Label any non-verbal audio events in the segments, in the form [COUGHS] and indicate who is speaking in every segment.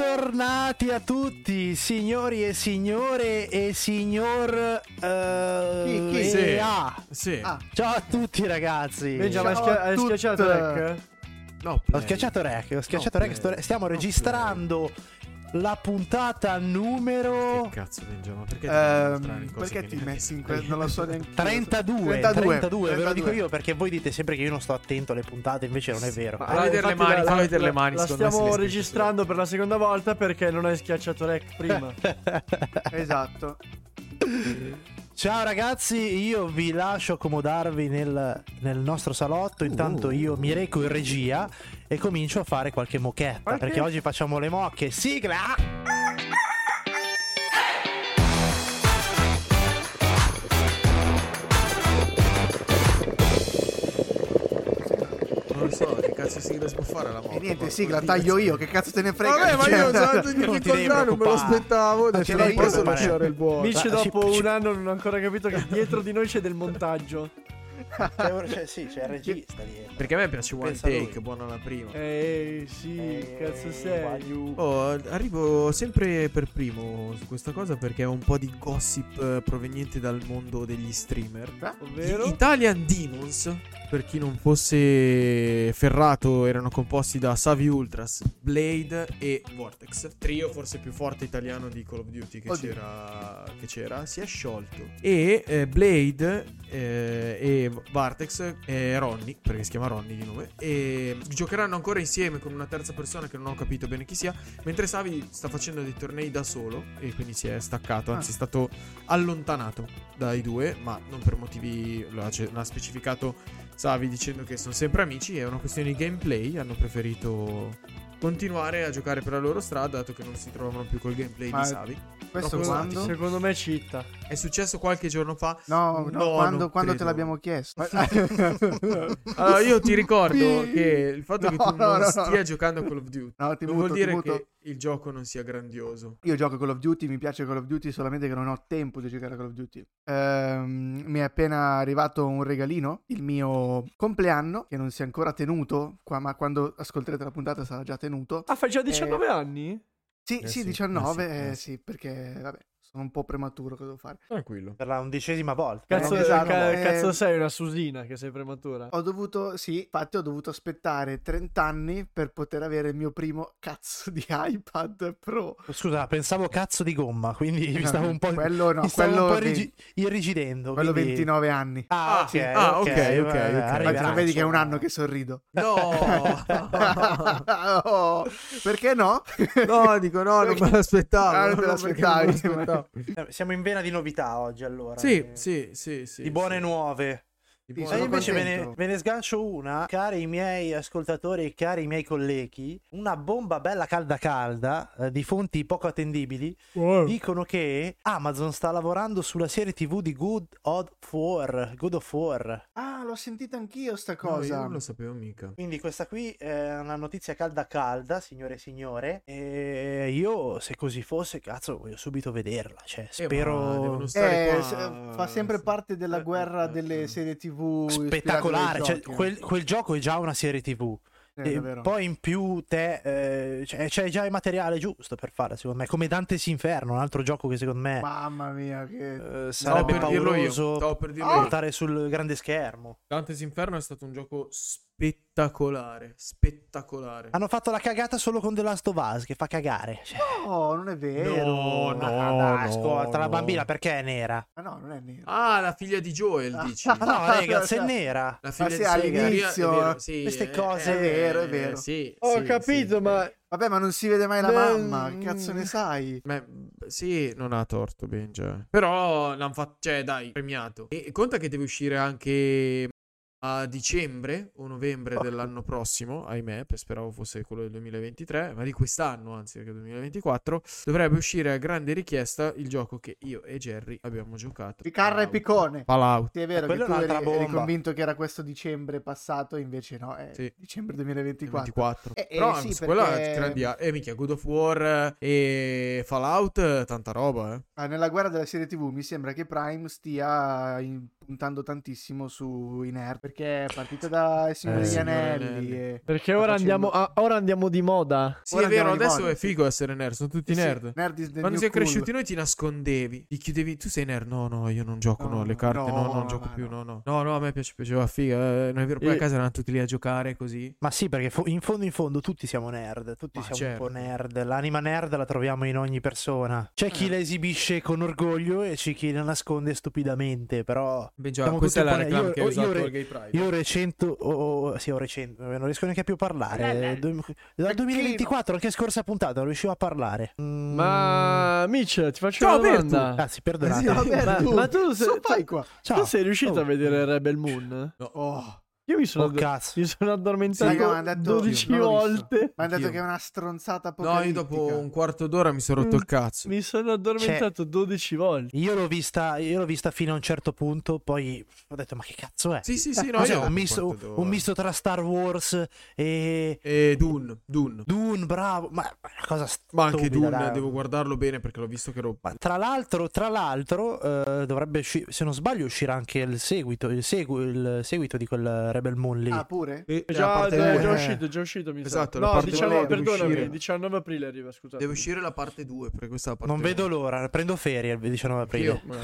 Speaker 1: Bentornati a tutti, signori e signore e signor eh,
Speaker 2: Chi- chi?
Speaker 1: e
Speaker 3: Sì.
Speaker 1: A.
Speaker 3: Sì.
Speaker 2: Ah.
Speaker 1: Ciao a tutti ragazzi.
Speaker 4: Benja,
Speaker 2: Benja, ma
Speaker 4: ma
Speaker 2: hai schia- hai schiacciato
Speaker 4: schiacciato
Speaker 2: rec?
Speaker 3: No,
Speaker 1: Ho
Speaker 3: play.
Speaker 1: schiacciato rec, ho schiacciato
Speaker 3: No,
Speaker 1: rec,
Speaker 3: play.
Speaker 1: sto- stiamo
Speaker 3: No,
Speaker 1: registrando la puntata numero
Speaker 3: Che cazzo, Benja, ma perché ti devi mostrare
Speaker 2: Ehm,
Speaker 3: cose che
Speaker 2: perché ti
Speaker 3: neanche
Speaker 2: metti in
Speaker 3: sai?
Speaker 2: questo? Non lo so neanche.
Speaker 1: 32, 32,
Speaker 2: 32,
Speaker 1: ve lo
Speaker 2: 32.
Speaker 1: dico io perché voi dite sempre che io non sto attento alle puntate, invece non è vero.
Speaker 3: Ma- Fallo vedere le
Speaker 4: infatti
Speaker 3: mani,
Speaker 4: la-
Speaker 3: fallo
Speaker 4: la-
Speaker 3: vedere le mani,
Speaker 4: La
Speaker 3: secondo me
Speaker 4: stiamo
Speaker 3: se le schiacci
Speaker 4: registrando per la seconda volta perché non hai schiacciato rec
Speaker 1: [LAUGHS]
Speaker 4: prima.
Speaker 2: [LAUGHS] Esatto.
Speaker 1: Ciao ragazzi, io vi lascio accomodarvi nel, nel nostro salotto, intanto io mi reco in regia e comincio a fare qualche moquetta,
Speaker 2: Qualche-
Speaker 1: perché oggi facciamo le mocche. Sigla!
Speaker 3: Non lo so, che cazzo sigla si può fare la moto?
Speaker 2: E Eh, niente,
Speaker 3: porco
Speaker 2: sigla,
Speaker 3: di
Speaker 2: taglio
Speaker 3: cazzo.
Speaker 2: io. Che cazzo te ne frega? Cioè,
Speaker 3: Vabbè, ma io ho usato in
Speaker 1: Non ti devi
Speaker 3: difficoltà, non me lo
Speaker 1: preoccupare.
Speaker 3: aspettavo.
Speaker 1: Non ti
Speaker 3: Adesso non
Speaker 1: devi
Speaker 3: posso
Speaker 1: preoccupare.
Speaker 3: lasciare il buono.
Speaker 4: Amici,
Speaker 1: Ma-
Speaker 4: dopo
Speaker 1: ci- ci-
Speaker 4: un anno non ho ancora capito che dietro di noi c'è del montaggio.
Speaker 1: Cioè, sì, c'è il regista dietro.
Speaker 3: Perché a me piace One
Speaker 1: Pensa a lui.
Speaker 3: Take, buona la prima.
Speaker 4: Ehi, sì,
Speaker 3: Eh,
Speaker 4: cazzo sei.
Speaker 3: Oh, arrivo sempre per primo su questa cosa perché ho un po' di gossip eh, proveniente dal mondo degli streamer.
Speaker 4: Ovvero?
Speaker 3: Gli Italian Demons, per chi non fosse ferrato, erano composti da Savi Ultras, Blade e Vortex. Trio forse più forte italiano di Call of Duty che,
Speaker 2: Oddio.
Speaker 3: c'era, che c'era, si è sciolto. E eh, Blade eh, e Vortex e Ronny, perché si chiama Ronny di nome, e giocheranno ancora insieme con una terza persona che non ho capito bene chi sia, mentre Savi sta facendo dei tornei da solo e quindi si è staccato,
Speaker 2: Ah.
Speaker 3: anzi è stato allontanato dai due, ma non per motivi. L'ha, l'ha specificato Savi dicendo che sono sempre amici. È una questione di gameplay. Hanno preferito continuare a giocare per la loro strada, dato che non si trovavano più col gameplay
Speaker 2: Ma-
Speaker 3: di Savi.
Speaker 2: Questo
Speaker 3: Dopo
Speaker 2: quando?
Speaker 3: usati,
Speaker 4: Secondo me citta.
Speaker 3: È successo qualche giorno fa.
Speaker 2: [LAUGHS] No, no,
Speaker 3: No,
Speaker 2: quando,
Speaker 3: non
Speaker 2: quando te
Speaker 3: credo.
Speaker 2: l'abbiamo chiesto.
Speaker 3: Allora, Ah, io ti ricordo che il fatto che tu
Speaker 2: No, no,
Speaker 3: non
Speaker 2: no.
Speaker 3: stia giocando a Call of Duty [LAUGHS]
Speaker 2: [LAUGHS] No, ti
Speaker 3: non
Speaker 2: muto,
Speaker 3: vuol
Speaker 2: ti
Speaker 3: dire
Speaker 2: muto.
Speaker 3: che il gioco non sia grandioso.
Speaker 2: Io gioco a Call of Duty, mi piace Call of Duty solamente che non ho tempo di giocare a Call of Duty. Ehm, mi è appena arrivato un regalino, il mio compleanno, che non si è ancora tenuto, qua, ma quando ascolterete la puntata sarà già tenuto.
Speaker 4: Ah, fai già 19 anni?
Speaker 2: Sì,
Speaker 3: Eh
Speaker 2: sì,
Speaker 3: sì,
Speaker 2: 19,
Speaker 3: eh sì,
Speaker 2: eh
Speaker 3: eh
Speaker 2: sì, perché vabbè, sono un po' prematuro, cosa devo fare?
Speaker 3: Tranquillo.
Speaker 1: Per la undicesima volta.
Speaker 4: Cazzo,
Speaker 2: Eh, esatto,
Speaker 4: ca-
Speaker 2: eh.
Speaker 4: cazzo sei una susina che sei prematura.
Speaker 2: Ho dovuto, sì, infatti ho dovuto aspettare 30 anni per poter avere il mio primo cazzo di [LAUGHS] iPad Pro.
Speaker 1: Scusa, pensavo cazzo di gomma, quindi mi stavo un po',
Speaker 2: Quello no,
Speaker 1: mi stavo
Speaker 2: quello,
Speaker 1: un po'
Speaker 2: ve-
Speaker 1: irrigi- irrigidendo.
Speaker 2: quello
Speaker 1: quindi-
Speaker 2: 29 anni.
Speaker 1: Ah,
Speaker 3: Ah,
Speaker 1: ok,
Speaker 3: sì. Ah, ok, ok,
Speaker 1: vabbè,
Speaker 3: ok.
Speaker 1: arriverà,
Speaker 2: Infatti non vedi che è un
Speaker 1: insomma.
Speaker 2: anno che sorrido.
Speaker 3: [LAUGHS] No!
Speaker 2: [LAUGHS] Oh, perché no?
Speaker 3: No, dico no, non me l'aspettavo.
Speaker 2: Ah, non te
Speaker 3: proprio perché non me
Speaker 2: l'aspettavi.
Speaker 3: l'aspettavo.
Speaker 1: Eh, Siamo in vena di novità oggi, allora.
Speaker 3: Sì,
Speaker 1: Eh,
Speaker 3: sì, sì, sì.
Speaker 1: Di buone
Speaker 3: sì.
Speaker 1: nuove.
Speaker 3: Di
Speaker 2: Sì,
Speaker 3: buone
Speaker 1: E
Speaker 2: sono
Speaker 3: nuove.
Speaker 1: invece ve ne,
Speaker 2: contento.
Speaker 1: ve ne sgancio una, cari miei ascoltatori e cari miei colleghi, una bomba bella calda calda eh, di fonti poco attendibili
Speaker 4: Oh.
Speaker 1: dicono che Amazon sta lavorando sulla serie TV di Good of War, Good of War.
Speaker 2: Ah, l'ho sentita anch'io sta
Speaker 3: No, io
Speaker 2: cosa.
Speaker 3: non lo sapevo mica.
Speaker 1: Quindi questa qui è una notizia calda calda, signore e signore, e io se così fosse, cazzo, voglio subito vederla, cioè
Speaker 3: Eh, ma
Speaker 1: spero
Speaker 3: devono stare
Speaker 2: Eh,
Speaker 3: qua-
Speaker 2: se- fa sempre parte della
Speaker 3: Eh,
Speaker 2: guerra
Speaker 3: eh,
Speaker 2: delle
Speaker 3: eh.
Speaker 2: serie TV ispirate
Speaker 1: spettacolare,
Speaker 2: dai
Speaker 1: cioè,
Speaker 2: giochi.
Speaker 1: quel, quel gioco è già una serie TV.
Speaker 2: Eh,
Speaker 1: E
Speaker 2: davvero.
Speaker 1: poi in più te eh, c'è, c'è già il materiale giusto per fare, secondo me, come Dante's Inferno, un altro gioco che secondo me
Speaker 2: Mamma mia, che
Speaker 1: eh,
Speaker 3: Stavo
Speaker 1: sarebbe
Speaker 3: per dirlo io.
Speaker 1: pauroso
Speaker 3: Stavo per dirlo io.
Speaker 1: portare sul grande schermo.
Speaker 3: Dante's Inferno è stato un gioco spettacolare. Spettacolare.
Speaker 1: Hanno fatto la cagata solo con The Last of Us, che fa cagare. Cioè, eh,
Speaker 2: Oh, non è vero.
Speaker 3: No, no.
Speaker 1: ma dai, ascolta, la
Speaker 3: no.
Speaker 1: bambina perché è
Speaker 3: [LAUGHS]
Speaker 1: nera?
Speaker 2: Ma no, non è nero.
Speaker 3: Ah, la figlia di Joel, [LAUGHS] dici.
Speaker 1: Ma no, ragazzi, è
Speaker 2: Cioè,
Speaker 1: nera.
Speaker 3: La figlia
Speaker 2: sì,
Speaker 3: di Joel,
Speaker 2: all'inizio,
Speaker 3: è vero, sì,
Speaker 1: queste
Speaker 3: eh,
Speaker 1: cose-
Speaker 3: eh,
Speaker 1: È
Speaker 2: vero, è vero.
Speaker 3: Sì,
Speaker 4: Ho
Speaker 3: sì,
Speaker 4: capito,
Speaker 3: sì.
Speaker 4: ma
Speaker 2: Vabbè, ma non si vede mai la
Speaker 4: Beh,
Speaker 2: mamma,
Speaker 4: mm.
Speaker 2: che cazzo ne sai?
Speaker 3: Ma, sì, non ha torto Benja. Però l'hanno fatto, cioè dai, premiato. E e conta che deve uscire anche a dicembre o novembre
Speaker 2: Oh.
Speaker 3: dell'anno prossimo, ahimè, per- speravo fosse quello del 2023, ma di quest'anno, anzi, perché 2024, dovrebbe uscire a grande richiesta il gioco che io e Jerry abbiamo giocato.
Speaker 2: Picarra
Speaker 3: Fallout.
Speaker 2: e piccone.
Speaker 3: Fallout.
Speaker 2: Sì, è vero
Speaker 1: Quello
Speaker 2: che
Speaker 1: è
Speaker 2: tu eri,
Speaker 1: un'altra
Speaker 2: eri
Speaker 1: bomba.
Speaker 2: convinto che era questo dicembre passato, invece no, è
Speaker 3: Sì.
Speaker 2: dicembre 2024.
Speaker 3: 24.
Speaker 2: Eh, eh,
Speaker 3: Però
Speaker 2: sì,
Speaker 3: su quella
Speaker 2: perché-
Speaker 3: è grandi a- eh, minchia, God of War eh, e Fallout, eh, tanta roba, eh.
Speaker 2: Ah, nella guerra della serie TV mi sembra che Prime stia in- puntando tantissimo su Iner perché è partita da Signore
Speaker 4: Eh,
Speaker 2: degli
Speaker 3: Signore
Speaker 2: Anelli.
Speaker 3: Anelli.
Speaker 2: e-
Speaker 4: Perché
Speaker 2: sta
Speaker 4: ora
Speaker 2: facendo-
Speaker 4: andiamo, ah, ora andiamo di moda.
Speaker 3: Sì,
Speaker 2: Ora
Speaker 3: è vero,
Speaker 2: andiamo di
Speaker 3: adesso
Speaker 2: moda.
Speaker 3: è figo essere nerd, sono tutti
Speaker 2: Sì, sì,
Speaker 3: nerd.
Speaker 2: nerd is the
Speaker 3: Quando
Speaker 2: new
Speaker 3: siamo
Speaker 2: cool.
Speaker 3: cresciuti noi ti nascondevi, ti chiudevi, tu sei nerd, no no io non gioco, no,
Speaker 2: No,
Speaker 3: le carte, no
Speaker 2: no,
Speaker 3: no, non gioco
Speaker 2: ma
Speaker 3: più,
Speaker 2: no.
Speaker 3: no no, no no a me piace, piaceva figa, eh, non è vero, poi
Speaker 4: E-
Speaker 3: a casa erano tutti lì a giocare così,
Speaker 1: Ma sì, perché fo- in fondo in fondo tutti siamo nerd, tutti
Speaker 3: Ma
Speaker 1: siamo
Speaker 3: certo.
Speaker 1: un po' nerd, l'anima nerd la troviamo in ogni persona. C'è
Speaker 3: Eh.
Speaker 1: chi la esibisce con orgoglio e c'è chi la nasconde stupidamente, però
Speaker 3: ben già,
Speaker 1: Siamo
Speaker 3: questa è
Speaker 1: tutti
Speaker 3: la
Speaker 1: un po'
Speaker 3: reclama
Speaker 1: nerd.
Speaker 3: che
Speaker 1: Io-
Speaker 3: ha
Speaker 1: io
Speaker 3: usato
Speaker 1: re-
Speaker 3: il Gay Pride.
Speaker 1: Io recento, o- o- sì, ho recento, non riesco neanche più a parlare. Du- dal
Speaker 2: Tacchino.
Speaker 1: 2024, anche scorsa puntata, non riuscivo a parlaare. Mm,
Speaker 4: Ma Mitch, ti faccio
Speaker 3: Ciao,
Speaker 4: una
Speaker 3: Bertu.
Speaker 4: domanda.
Speaker 1: Anzi, perdonate.
Speaker 2: Eh, Sì, vabbè,
Speaker 4: Ma-
Speaker 2: tu,
Speaker 4: ma tu sei-
Speaker 2: so fai qua.
Speaker 1: Ciao.
Speaker 4: Tu sei riuscito
Speaker 1: Oh.
Speaker 4: a vedere Rebel Moon?
Speaker 2: Oh,
Speaker 4: Io mi sono,
Speaker 1: Oh, cazzo.
Speaker 4: mi sono addormentato
Speaker 2: raga, mi hanno detto-
Speaker 4: 12
Speaker 2: non l'ho visto.
Speaker 4: volte.
Speaker 2: mi hanno detto
Speaker 3: Anch'io.
Speaker 2: che è una stronzata
Speaker 3: No, io
Speaker 2: apocalittica.
Speaker 3: dopo un quarto d'ora mi sono rotto il cazzo.
Speaker 4: Mi sono addormentato 12 volte.
Speaker 1: Io l'ho vista, io l'ho vista fino a un certo punto, poi ho detto, ma che cazzo è?
Speaker 3: Sì, sì, sì, no,
Speaker 1: Cos'è,
Speaker 3: io
Speaker 1: un,
Speaker 3: dopo
Speaker 1: misto,
Speaker 3: quarto d'ora.
Speaker 1: un misto tra Star Wars e
Speaker 3: E Dune, Dune.
Speaker 1: Dune, bravo. Ma ma è una cosa
Speaker 3: Ma anche
Speaker 1: stupida,
Speaker 3: Dune,
Speaker 1: raga.
Speaker 3: devo guardarlo bene perché l'ho visto che ero...
Speaker 1: Ma tra l'altro, tra l'altro eh, dovrebbe usci- se non sbaglio, uscirà anche il seguito, il, segu- il seguito di quel Rebel Moon lì.
Speaker 2: Ah, pure?
Speaker 3: Eh, la
Speaker 4: Già,
Speaker 3: parte
Speaker 4: già,
Speaker 3: due.
Speaker 4: già uscito, già uscito. Mi sa.
Speaker 3: Esatto, la
Speaker 4: no,
Speaker 3: parte
Speaker 2: due
Speaker 4: 19,
Speaker 2: deve
Speaker 4: perdonami,
Speaker 2: uscire.
Speaker 4: 19 aprile arriva, scusate.
Speaker 3: Deve uscire la parte 2 perché questa è la parte
Speaker 1: non
Speaker 3: uno.
Speaker 1: vedo l'ora, prendo ferie il 19 aprile.
Speaker 3: Io, ma-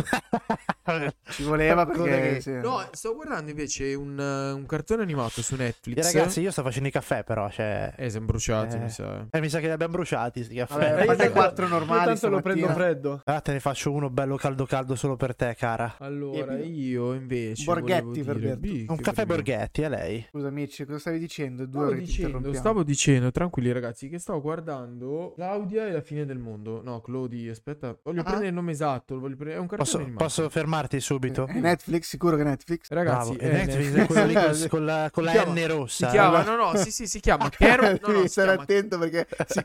Speaker 2: Ci
Speaker 3: [LAUGHS]
Speaker 2: voleva
Speaker 1: Ancora
Speaker 2: perché...
Speaker 1: che-
Speaker 2: sì.
Speaker 3: No, eh. sto guardando invece un, eh, un cartone animato su Netflix.
Speaker 1: Eh, ragazzi, [LAUGHS] io sto facendo i caffè, però. Cioè...
Speaker 3: Eh, siamo bruciati,
Speaker 1: Eh.
Speaker 3: mi sa.
Speaker 1: Eh, mi sa che li abbiamo bruciati. Sti caffè.
Speaker 2: Vabbè,
Speaker 4: Eh,
Speaker 2: a
Speaker 4: io
Speaker 2: parte
Speaker 4: tanto-
Speaker 2: quattro
Speaker 4: Io
Speaker 2: normali
Speaker 4: tanto lo prendo
Speaker 2: stamattina.
Speaker 4: freddo.
Speaker 1: Ah, te ne faccio uno bello caldo caldo solo per te, cara.
Speaker 3: Allora,
Speaker 2: Eh,
Speaker 3: io invece
Speaker 2: Borghetti,
Speaker 3: volevo
Speaker 2: per
Speaker 3: dire-
Speaker 2: Berto.
Speaker 3: Bi,
Speaker 1: Un
Speaker 3: che
Speaker 1: caffè
Speaker 3: vergogna.
Speaker 1: Borghetti, è lei.
Speaker 2: Scusa, amici, cosa stavi dicendo? Due
Speaker 3: Stavo
Speaker 2: ore che ti
Speaker 3: dicendo,
Speaker 2: interrompiamo.
Speaker 3: stavo dicendo, tranquilli ragazzi, che stavo guardando Claudia e la fine del mondo. No, Claudi, aspetta, voglio
Speaker 2: Ah.
Speaker 3: prendere il nome esatto, voglio prendere... è un cartone
Speaker 1: Posso,
Speaker 3: animato.
Speaker 1: posso fermarti subito?
Speaker 2: È Eh, Netflix, sicuro che è Netflix.
Speaker 1: Bravo.
Speaker 3: Eh, Ragazzi,
Speaker 1: E [LAUGHS]
Speaker 3: eh,
Speaker 1: Netflix
Speaker 3: ne-
Speaker 1: è quello lì
Speaker 3: [LAUGHS]
Speaker 1: col- con la, con la
Speaker 3: Si chiama-
Speaker 1: N
Speaker 3: si
Speaker 1: rossa.
Speaker 3: chiama, no, no, sì, sì, si chiama Carol, no, no,
Speaker 2: Devi
Speaker 3: si
Speaker 2: stare
Speaker 3: chiama
Speaker 2: attento perché [LAUGHS] si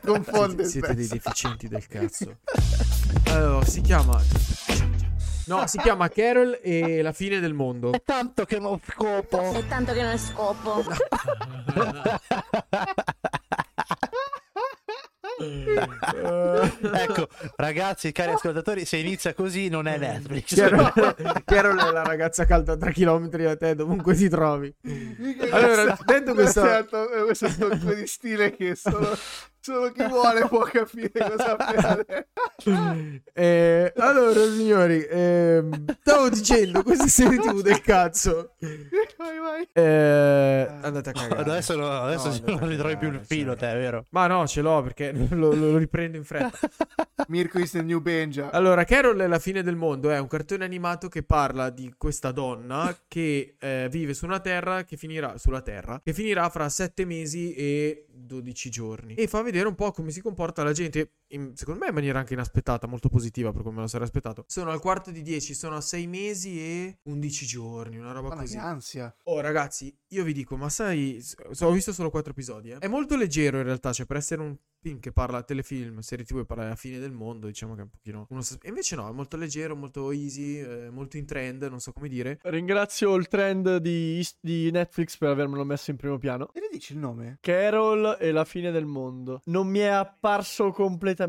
Speaker 3: [LAUGHS] Siete,
Speaker 2: confonde
Speaker 3: siete dei
Speaker 2: spesso.
Speaker 3: deficienti del
Speaker 2: [LAUGHS]
Speaker 3: cazzo. Allora, si chiama. No, si chiama Carol e la fine del mondo.
Speaker 2: [LAUGHS]
Speaker 1: È tanto che non scopo.
Speaker 5: È tanto che non è scopo.
Speaker 3: Eh,
Speaker 1: [LAUGHS] ecco, ragazzi, cari ascoltatori, se inizia così non è Netflix.
Speaker 3: [LAUGHS] Carol è la ragazza calda a 3 km da te, dovunque ti trovi. Allora, detto questo-
Speaker 2: Questo, è- questo tocco di stile che solo, solo chi vuole può capire cosa ha appena detto.
Speaker 3: Eh, allora, signori, ehm, stavo dicendo questa serie TV del cazzo.
Speaker 2: Vai, vai.
Speaker 3: Eh, andate a cagare.
Speaker 1: Adesso, no, adesso
Speaker 3: No,
Speaker 1: non esatto. ritrovi più il
Speaker 3: cioè.
Speaker 1: filo, te, vero?
Speaker 3: Ma no, ce l'ho perché lo- lo- lo riprendo in fretta.
Speaker 2: [LAUGHS] Mirko is the new Benja.
Speaker 3: Allora, Carol è la fine del mondo, è un cartone animato che parla di questa donna che eh, vive su una terra che finirà sulla terra, che finirà fra 7 mesi e 12 giorni e fa vedere un po' come si comporta la gente in- secondo me in maniera anche inaspettata, molto positiva per come me lo sarei aspettato. Sono al quarto di 10, sono a 6 mesi e 11 giorni, una roba
Speaker 2: Ma
Speaker 3: così.
Speaker 2: che ansia.
Speaker 3: Oh ragazzi, io vi dico, ma sai, s- ho visto solo quattro episodi, eh. È molto leggero in realtà, cioè per essere un film che parla telefilm, serie TV e parla della fine del mondo, diciamo che è un pochino uno sus- e invece no, è molto leggero, molto easy, eh, molto in trend, non so come dire.
Speaker 4: Ringrazio il trend di, di Netflix per avermelo messo in primo piano.
Speaker 2: E le dici il nome?
Speaker 4: Carol e la fine del mondo. Non mi è apparso completamente.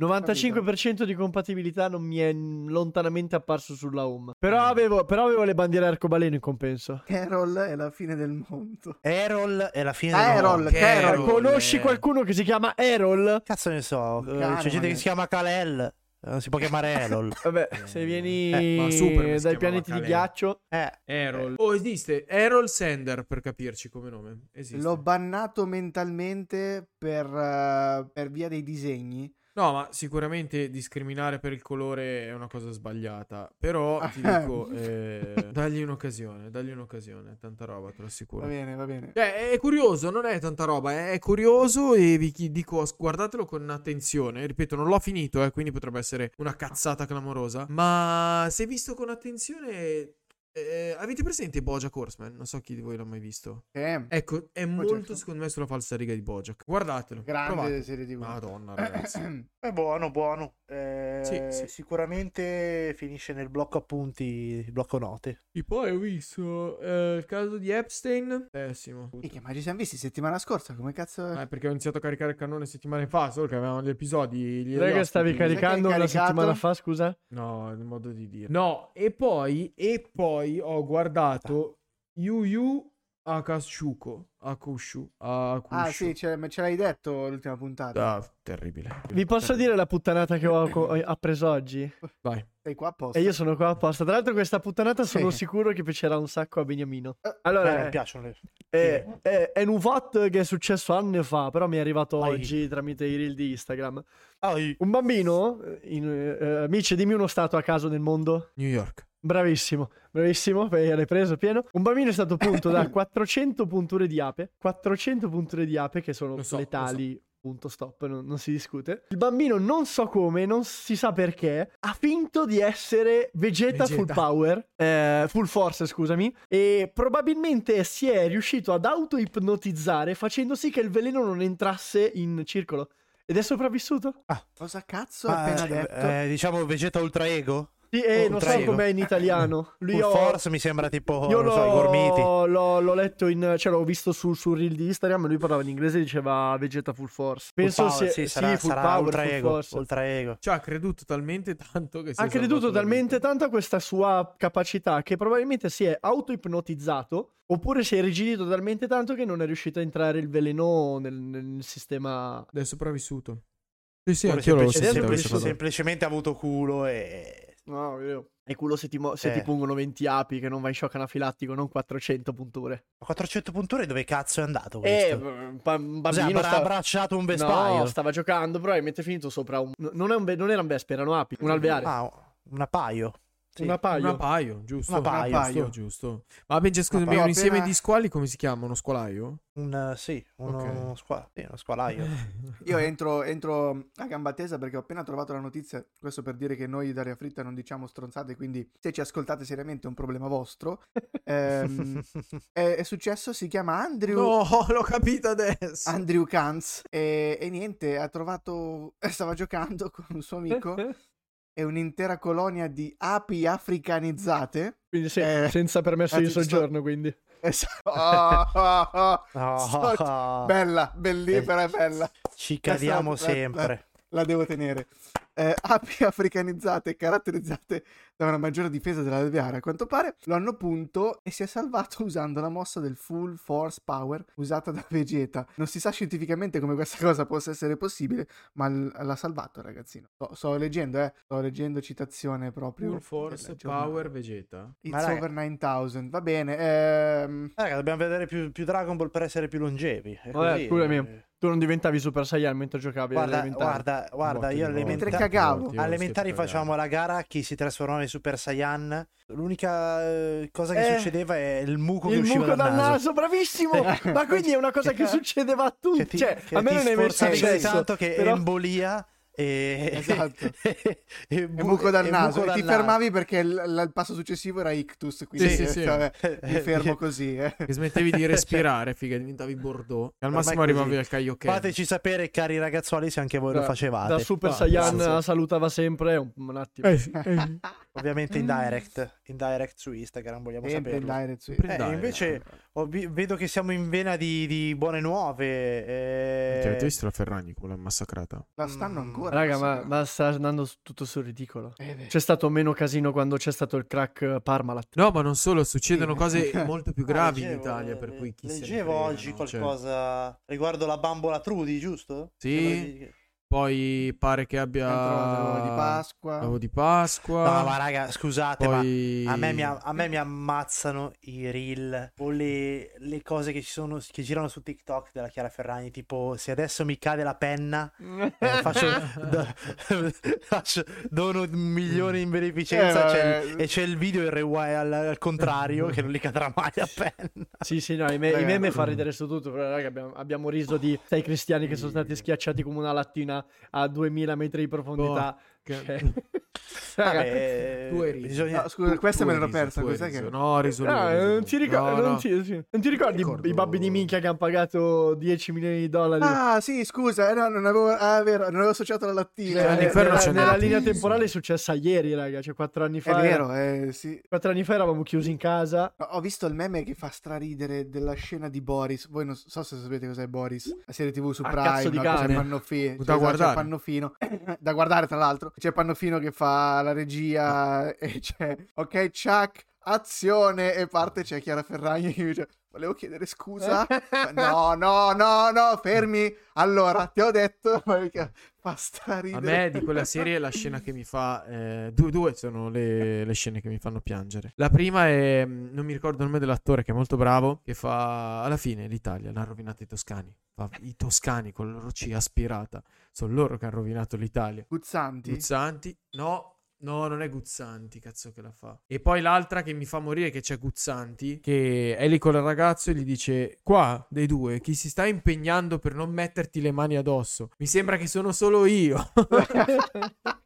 Speaker 4: 95% di compatibilità non mi è n- lontanamente apparso sulla home. Però
Speaker 3: Mm.
Speaker 4: avevo, però avevo le bandiere arcobaleno in compenso.
Speaker 2: Carol è la fine del mondo.
Speaker 1: Erol è la fine del
Speaker 2: Carol,
Speaker 1: mondo.
Speaker 3: Carol.
Speaker 2: Carol.
Speaker 3: Erol,
Speaker 4: Conosci
Speaker 3: eh.
Speaker 4: qualcuno che si chiama Erol?
Speaker 1: Cazzo ne so, eh,
Speaker 2: Cane,
Speaker 1: c'è gente
Speaker 2: magari.
Speaker 1: che si chiama Kalel, non si può chiamare Erol.
Speaker 4: Vabbè, se vieni
Speaker 3: Eh, ma Superman si
Speaker 4: dai
Speaker 3: chiamava
Speaker 4: pianeti di
Speaker 3: Kalel.
Speaker 4: ghiaccio.
Speaker 1: Eh,
Speaker 3: Errol. Oh, esiste Errol Sender per capirci come nome. Esiste.
Speaker 2: L'ho bannato mentalmente per, eh, per via dei disegni.
Speaker 3: No, ma sicuramente discriminare per il colore è una cosa sbagliata, però
Speaker 4: [LAUGHS]
Speaker 3: ti dico eh, dagli un'occasione, dagli un'occasione, tanta roba, te lo assicuro.
Speaker 2: Va bene, va bene.
Speaker 3: Cioè, è curioso, non è tanta roba, è è curioso e vi chi- dico as- guardatelo con attenzione. Ripeto, non l'ho finito, eh, quindi potrebbe essere una cazzata clamorosa. Ma se visto con attenzione... eh, avete presente Bojack Horseman? Non so chi di voi l'ha mai visto.
Speaker 2: Eh,
Speaker 3: Ecco, è
Speaker 2: Bojack.
Speaker 3: molto secondo me sulla falsa riga di Bojack. Guardatelo.
Speaker 2: grande
Speaker 3: provate.
Speaker 2: serie di
Speaker 3: Madonna, ragazzi.
Speaker 2: [LAUGHS]
Speaker 1: è buono, buono. Eh,
Speaker 3: Sì, sì.
Speaker 1: Sicuramente finisce nel blocco appunti, blocco note.
Speaker 3: E poi ho visto eh, il caso di Epstein. Pessimo.
Speaker 2: Minchia, ma ci siamo visti settimana scorsa, come cazzo...
Speaker 3: Eh, perché ho iniziato a caricare il cannone settimane fa, solo che avevamo gli episodi. Gli
Speaker 4: Dov'è
Speaker 3: gli
Speaker 4: che stavi
Speaker 3: ospiti.
Speaker 4: caricando
Speaker 2: Sai che hai
Speaker 4: una
Speaker 2: caricato?
Speaker 4: settimana fa, scusa?
Speaker 3: No, è il modo di dire. No, e poi, e poi ho guardato Yu Yu Akashuko. Akushu. Akushu.
Speaker 2: Ah, sì, ce, ce l'hai detto l'ultima puntata.
Speaker 3: Ah, terribile.
Speaker 4: Vi posso dire la puttanata che ho co- appreso oggi?
Speaker 3: Vai.
Speaker 2: Sei qua apposta.
Speaker 4: E io sono qua apposta. Tra l'altro, questa puttanata sono
Speaker 2: Sì.
Speaker 4: sicuro che piacerà un sacco a Beniamino.
Speaker 2: Eh,
Speaker 1: Beh,
Speaker 4: Allora,
Speaker 1: mi piacciono le...
Speaker 4: è, è- è un fatto che è successo anni fa, però mi è arrivato
Speaker 1: Vai.
Speaker 4: oggi tramite i reel di Instagram.
Speaker 1: Ai.
Speaker 4: Un bambino, eh, in, eh, eh, amici, dimmi uno stato a caso nel mondo.
Speaker 3: New York.
Speaker 4: Bravissimo, bravissimo, perché l'hai preso pieno. Un bambino è stato punto da 400 punture di ape, 400 punture di ape che sono
Speaker 3: Lo so, lo
Speaker 4: letali, punto stop, non, non si discute. Il bambino non so come, non si sa perché, ha finto di essere Vegeta,
Speaker 3: Vegeta.
Speaker 4: full power, eh, full force scusami, e probabilmente si è riuscito ad auto-ipnotizzare facendo sì che il veleno non entrasse in circolo. Ed è sopravvissuto?
Speaker 2: Cosa cazzo
Speaker 1: Ma,
Speaker 2: ha appena detto?
Speaker 1: eh, diciamo Vegeta Ultra Ego?
Speaker 4: Sì, eh,
Speaker 1: Oh,
Speaker 4: non so
Speaker 1: prego.
Speaker 4: com'è in italiano. Lui
Speaker 1: Full
Speaker 4: ho-
Speaker 1: Force mi sembra tipo,
Speaker 4: Io
Speaker 1: Oh, non so, i gormiti.
Speaker 4: l'ho, l'ho- l'ho letto in. cioè, l'ho visto su, su reel di Instagram. Lui parlava in inglese e diceva Vegeta Full Force. Penso
Speaker 1: Full power,
Speaker 4: sia-
Speaker 1: sì, sarà,
Speaker 4: full
Speaker 1: sarà
Speaker 4: power,
Speaker 1: ultra,
Speaker 4: full
Speaker 1: ego,
Speaker 4: force.
Speaker 1: ultra ego.
Speaker 3: Cioè, ha creduto talmente tanto che si è
Speaker 4: Ha creduto
Speaker 3: salvato la
Speaker 4: talmente
Speaker 3: vita.
Speaker 4: tanto a questa sua capacità che probabilmente si è auto-ipnotizzato oppure si è rigidito talmente tanto che non è riuscito a entrare il veleno nel, nel sistema.
Speaker 3: Ed è sopravvissuto. Sì, sì,
Speaker 1: Oppure
Speaker 3: anche io l'ho
Speaker 1: semplice-
Speaker 4: sentito
Speaker 1: semplice-
Speaker 4: questa cosa.
Speaker 1: semplicemente ha avuto culo e...
Speaker 4: No, Ah, vero. E culo se ti, mo-
Speaker 1: Eh.
Speaker 4: se ti pungono 20 api che non vai in shock anafilattico, non 400 punture.
Speaker 1: Ma 400 punture dove cazzo è andato
Speaker 4: Eh,
Speaker 1: questo?
Speaker 4: un pa- un
Speaker 1: Cos'è,
Speaker 4: bambino
Speaker 1: avrà
Speaker 4: sta-
Speaker 1: abbracciato un vespaio?
Speaker 4: No, stava giocando, probabilmente è finito sopra un. no- Non, è un ve- non era un vespa, erano api. Un alveare.
Speaker 1: Ah, un appaio. sì.
Speaker 4: una paio. [LAUGHS]
Speaker 3: Un paio, giusto.
Speaker 1: Un appaio.
Speaker 3: Un appaio, giusto. Ma Benji, scusami,
Speaker 2: appaio.
Speaker 3: un insieme
Speaker 2: Appena-
Speaker 3: di squali come si chiama? Uno squalaio?
Speaker 1: Un, eh, sì, uno,
Speaker 3: Ok.
Speaker 1: uno squa- sì, uno squalaio.
Speaker 2: Io entro, entro a gamba tesa perché ho appena trovato la notizia, questo per dire che noi da Aria Fritta non diciamo stronzate, quindi se ci ascoltate seriamente è un problema vostro.
Speaker 1: [LAUGHS]
Speaker 2: Ehm, è, è successo, si chiama Andrew,
Speaker 4: [LAUGHS]
Speaker 3: No, l'ho capito adesso.
Speaker 2: [LAUGHS] Andrew Kanz e, e niente, ha trovato, [LAUGHS] stava giocando con un suo
Speaker 4: [LAUGHS]
Speaker 2: amico e un'intera colonia di api africanizzate.
Speaker 4: Quindi sì,
Speaker 2: Eh,
Speaker 4: senza permesso di
Speaker 2: anzi, sto-
Speaker 4: soggiorno, quindi.
Speaker 2: Es- Oh, oh, oh.
Speaker 1: No, Eh,
Speaker 2: Sto- [LAUGHS] Bella, bellissima, è bella.
Speaker 1: ci cadiamo sempre.
Speaker 2: la devo tenere. Eh, [LAUGHS] api africanizzate caratterizzate da una maggiore difesa dell'alveare, a quanto pare, lo hanno punto e si è salvato usando la mossa del Full Force Power usata da Vegeta. Non si sa scientificamente come questa cosa possa essere possibile, ma l- l'ha salvato, ragazzino. Sto, sto leggendo, eh. Sto leggendo citazione proprio.
Speaker 3: Full Force,
Speaker 2: della giornata.
Speaker 3: Power, Vegeta.
Speaker 2: It's
Speaker 1: Ma raga-
Speaker 2: over 9000. Va bene. ehm,
Speaker 1: Raga, dobbiamo vedere più, più Dragon Ball per essere più longevi. è
Speaker 4: Vabbè,
Speaker 1: così.
Speaker 4: scusami. Tu non diventavi Super Saiyan mentre giocavi
Speaker 1: Guarda,
Speaker 4: alle elementari.
Speaker 1: guarda, guarda,
Speaker 3: Un
Speaker 1: io
Speaker 3: botto di volte.
Speaker 2: Mentre
Speaker 1: all'elementa-
Speaker 2: cagavo.
Speaker 1: alle elementari facevamo la gara a chi si trasformava in Super Saiyan. L'unica eh, cosa che
Speaker 4: Eh,
Speaker 1: succedeva è il muco che
Speaker 4: Il
Speaker 1: usciva
Speaker 4: muco
Speaker 1: dal naso.
Speaker 4: bravissimo!
Speaker 1: [LAUGHS]
Speaker 4: Ma quindi è una cosa che succedeva a tutti.
Speaker 1: Che ti,
Speaker 4: cioè,
Speaker 1: che
Speaker 4: a me
Speaker 1: ti
Speaker 4: non è mai
Speaker 1: sforzavi così
Speaker 4: successo.
Speaker 1: tanto che
Speaker 4: però-
Speaker 1: embolia
Speaker 4: [LAUGHS]
Speaker 1: e... [LAUGHS]
Speaker 2: Esatto.
Speaker 1: e,
Speaker 2: E
Speaker 1: bu-
Speaker 2: buco dal
Speaker 1: e
Speaker 2: naso.
Speaker 1: buco
Speaker 2: E ti
Speaker 1: dal naso.
Speaker 2: fermavi perché il, la- il passo successivo era ictus. Quindi
Speaker 3: Sì,
Speaker 2: eh,
Speaker 3: sì, sì.
Speaker 2: vabbè, mi
Speaker 3: [LAUGHS]
Speaker 2: fermo così. Eh.
Speaker 3: Che smettevi di respirare, figa, diventavi Bordeaux. E al massimo
Speaker 1: Ormai
Speaker 3: arrivavi
Speaker 1: così.
Speaker 3: al Kaioken.
Speaker 1: Fateci sapere, cari ragazzuoli, se anche voi lo
Speaker 4: Da-
Speaker 1: facevate.
Speaker 4: Da Super
Speaker 3: Ah,
Speaker 4: Saiyan
Speaker 3: sì, sì.
Speaker 4: salutava sempre. Un, un attimo.
Speaker 3: [LAUGHS] Eh sì, eh sì.
Speaker 1: Ovviamente in direct, in direct su Instagram, vogliamo
Speaker 2: Sempre in
Speaker 1: saperlo.
Speaker 2: direct, sì.
Speaker 3: Sempre in
Speaker 1: Eh,
Speaker 3: direct.
Speaker 1: invece ho vi- vedo che siamo in vena di, di buone nuove. eh.
Speaker 3: Cioè, avete visto la Ferragni come l'ha massacrata?
Speaker 2: La stanno
Speaker 1: Mm.
Speaker 2: ancora.
Speaker 4: Raga,
Speaker 2: questa
Speaker 4: ma,
Speaker 2: cosa.
Speaker 4: ma sta andando s- tutto sul ridicolo.
Speaker 2: Eh, beh.
Speaker 4: C'è stato meno casino quando c'è stato il crack eh, Parmalat.
Speaker 3: No, ma non solo, succedono
Speaker 2: Sì.
Speaker 3: cose molto più
Speaker 1: Ah,
Speaker 3: gravi in
Speaker 1: leggevo,
Speaker 3: Italia,
Speaker 1: eh,
Speaker 3: per cui chi se ne
Speaker 1: Leggevo
Speaker 3: frega,
Speaker 1: oggi
Speaker 3: no? Cioè,
Speaker 1: qualcosa riguardo la bambola Trudi, giusto?
Speaker 3: Sì.
Speaker 1: Sembra di-
Speaker 3: poi pare che abbia...
Speaker 2: Dentro l'uovo di Pasqua.
Speaker 3: L'uovo di Pasqua.
Speaker 1: No, ma raga, scusate, ma
Speaker 3: Ah. poi...
Speaker 1: A me, mi, a- a me mi ammazzano i reel o le, le cose che, ci sono, che girano su TikTok della Chiara Ferragni. Tipo, se adesso mi cade la penna,
Speaker 3: [LAUGHS]
Speaker 1: eh, faccio, do- [LAUGHS] faccio- dono un milione in beneficenza
Speaker 2: Eh,
Speaker 1: c'è il-
Speaker 2: vabbè.
Speaker 1: e c'è il video in rewind al, al contrario che non gli cadrà mai
Speaker 3: [LAUGHS]
Speaker 1: la penna.
Speaker 4: Sì, sì, no, i, me- i
Speaker 2: Raga.
Speaker 4: meme fa ridere su tutto, però raga, abbiamo, abbiamo riso di sei cristiani che sono stati schiacciati come una lattina a 2000 metri di profondità.
Speaker 3: Porca-
Speaker 4: Cioè, [LAUGHS] raga,
Speaker 1: Vabbè, eh,
Speaker 3: tu hai riso.
Speaker 1: bisogna-
Speaker 2: No, scusa,
Speaker 3: Tu- tu
Speaker 2: questa me
Speaker 3: hai
Speaker 2: l'ero
Speaker 3: riso,
Speaker 2: persa.
Speaker 3: tu hai
Speaker 2: Cos'è che...
Speaker 3: riso. No, ho riso lui, ho
Speaker 4: no,
Speaker 3: riso
Speaker 4: non,
Speaker 3: lui.
Speaker 4: ti ricordi,
Speaker 3: No,
Speaker 4: non,
Speaker 3: no.
Speaker 4: Ti, sì. Non ti ricordi
Speaker 3: ricordo-
Speaker 4: i babbi di minchia che hanno pagato 10 milioni di dollari? Cioè,
Speaker 2: Ah, sì, scusa, eh, no, non avevo, ah, è vero, non avevo associato la lattina.
Speaker 4: Cioè,
Speaker 2: Eh,
Speaker 3: all'inferno
Speaker 4: nella,
Speaker 3: c'è
Speaker 4: nella
Speaker 3: andato.
Speaker 4: linea temporale è successa ieri, raga, cioè 4 anni
Speaker 2: È
Speaker 4: fa.
Speaker 2: vero, eh, sì.
Speaker 4: 4 anni fa eravamo chiusi in casa.
Speaker 2: No, Ho visto il meme che fa straridere della scena di Boris. Voi non so se sapete cos'è Boris, la serie TV su
Speaker 4: Ah,
Speaker 2: Prime,
Speaker 4: cazzo di
Speaker 2: una cosa
Speaker 4: cane.
Speaker 2: Pannofino.
Speaker 3: Da guardare.
Speaker 2: esatto, C'è Pannofino. [COUGHS] da guardare, tra l'altro. C'è Pannofino che fa la regia e c'è Ok, Chuck. azione e parte c'è Chiara Ferragni che mi dice volevo chiedere
Speaker 4: Eh? [LAUGHS]
Speaker 2: scusa Cioè, no no no no fermi allora ti ho detto [LAUGHS] fa
Speaker 3: A
Speaker 2: straridere
Speaker 3: me di quella serie la scena che mi fa... eh, due, due sono le, le scene che mi fanno piangere. La prima è... mm, Non mi ricordo il nome dell'attore che è molto bravo, che fa... Alla fine l'Italia l'hanno rovinata i toscani. Fa- I toscani con la loro C aspirata. Sono loro che hanno rovinato l'Italia.
Speaker 2: Guzzanti
Speaker 3: Guzzanti? No. No, non è Guzzanti, cazzo che la fa. E poi l'altra che mi fa morire che c'è Guzzanti, che è lì con il ragazzo e gli dice, qua, dei due, chi si sta impegnando per non metterti le mani addosso? Mi sembra che sono solo io. [LAUGHS]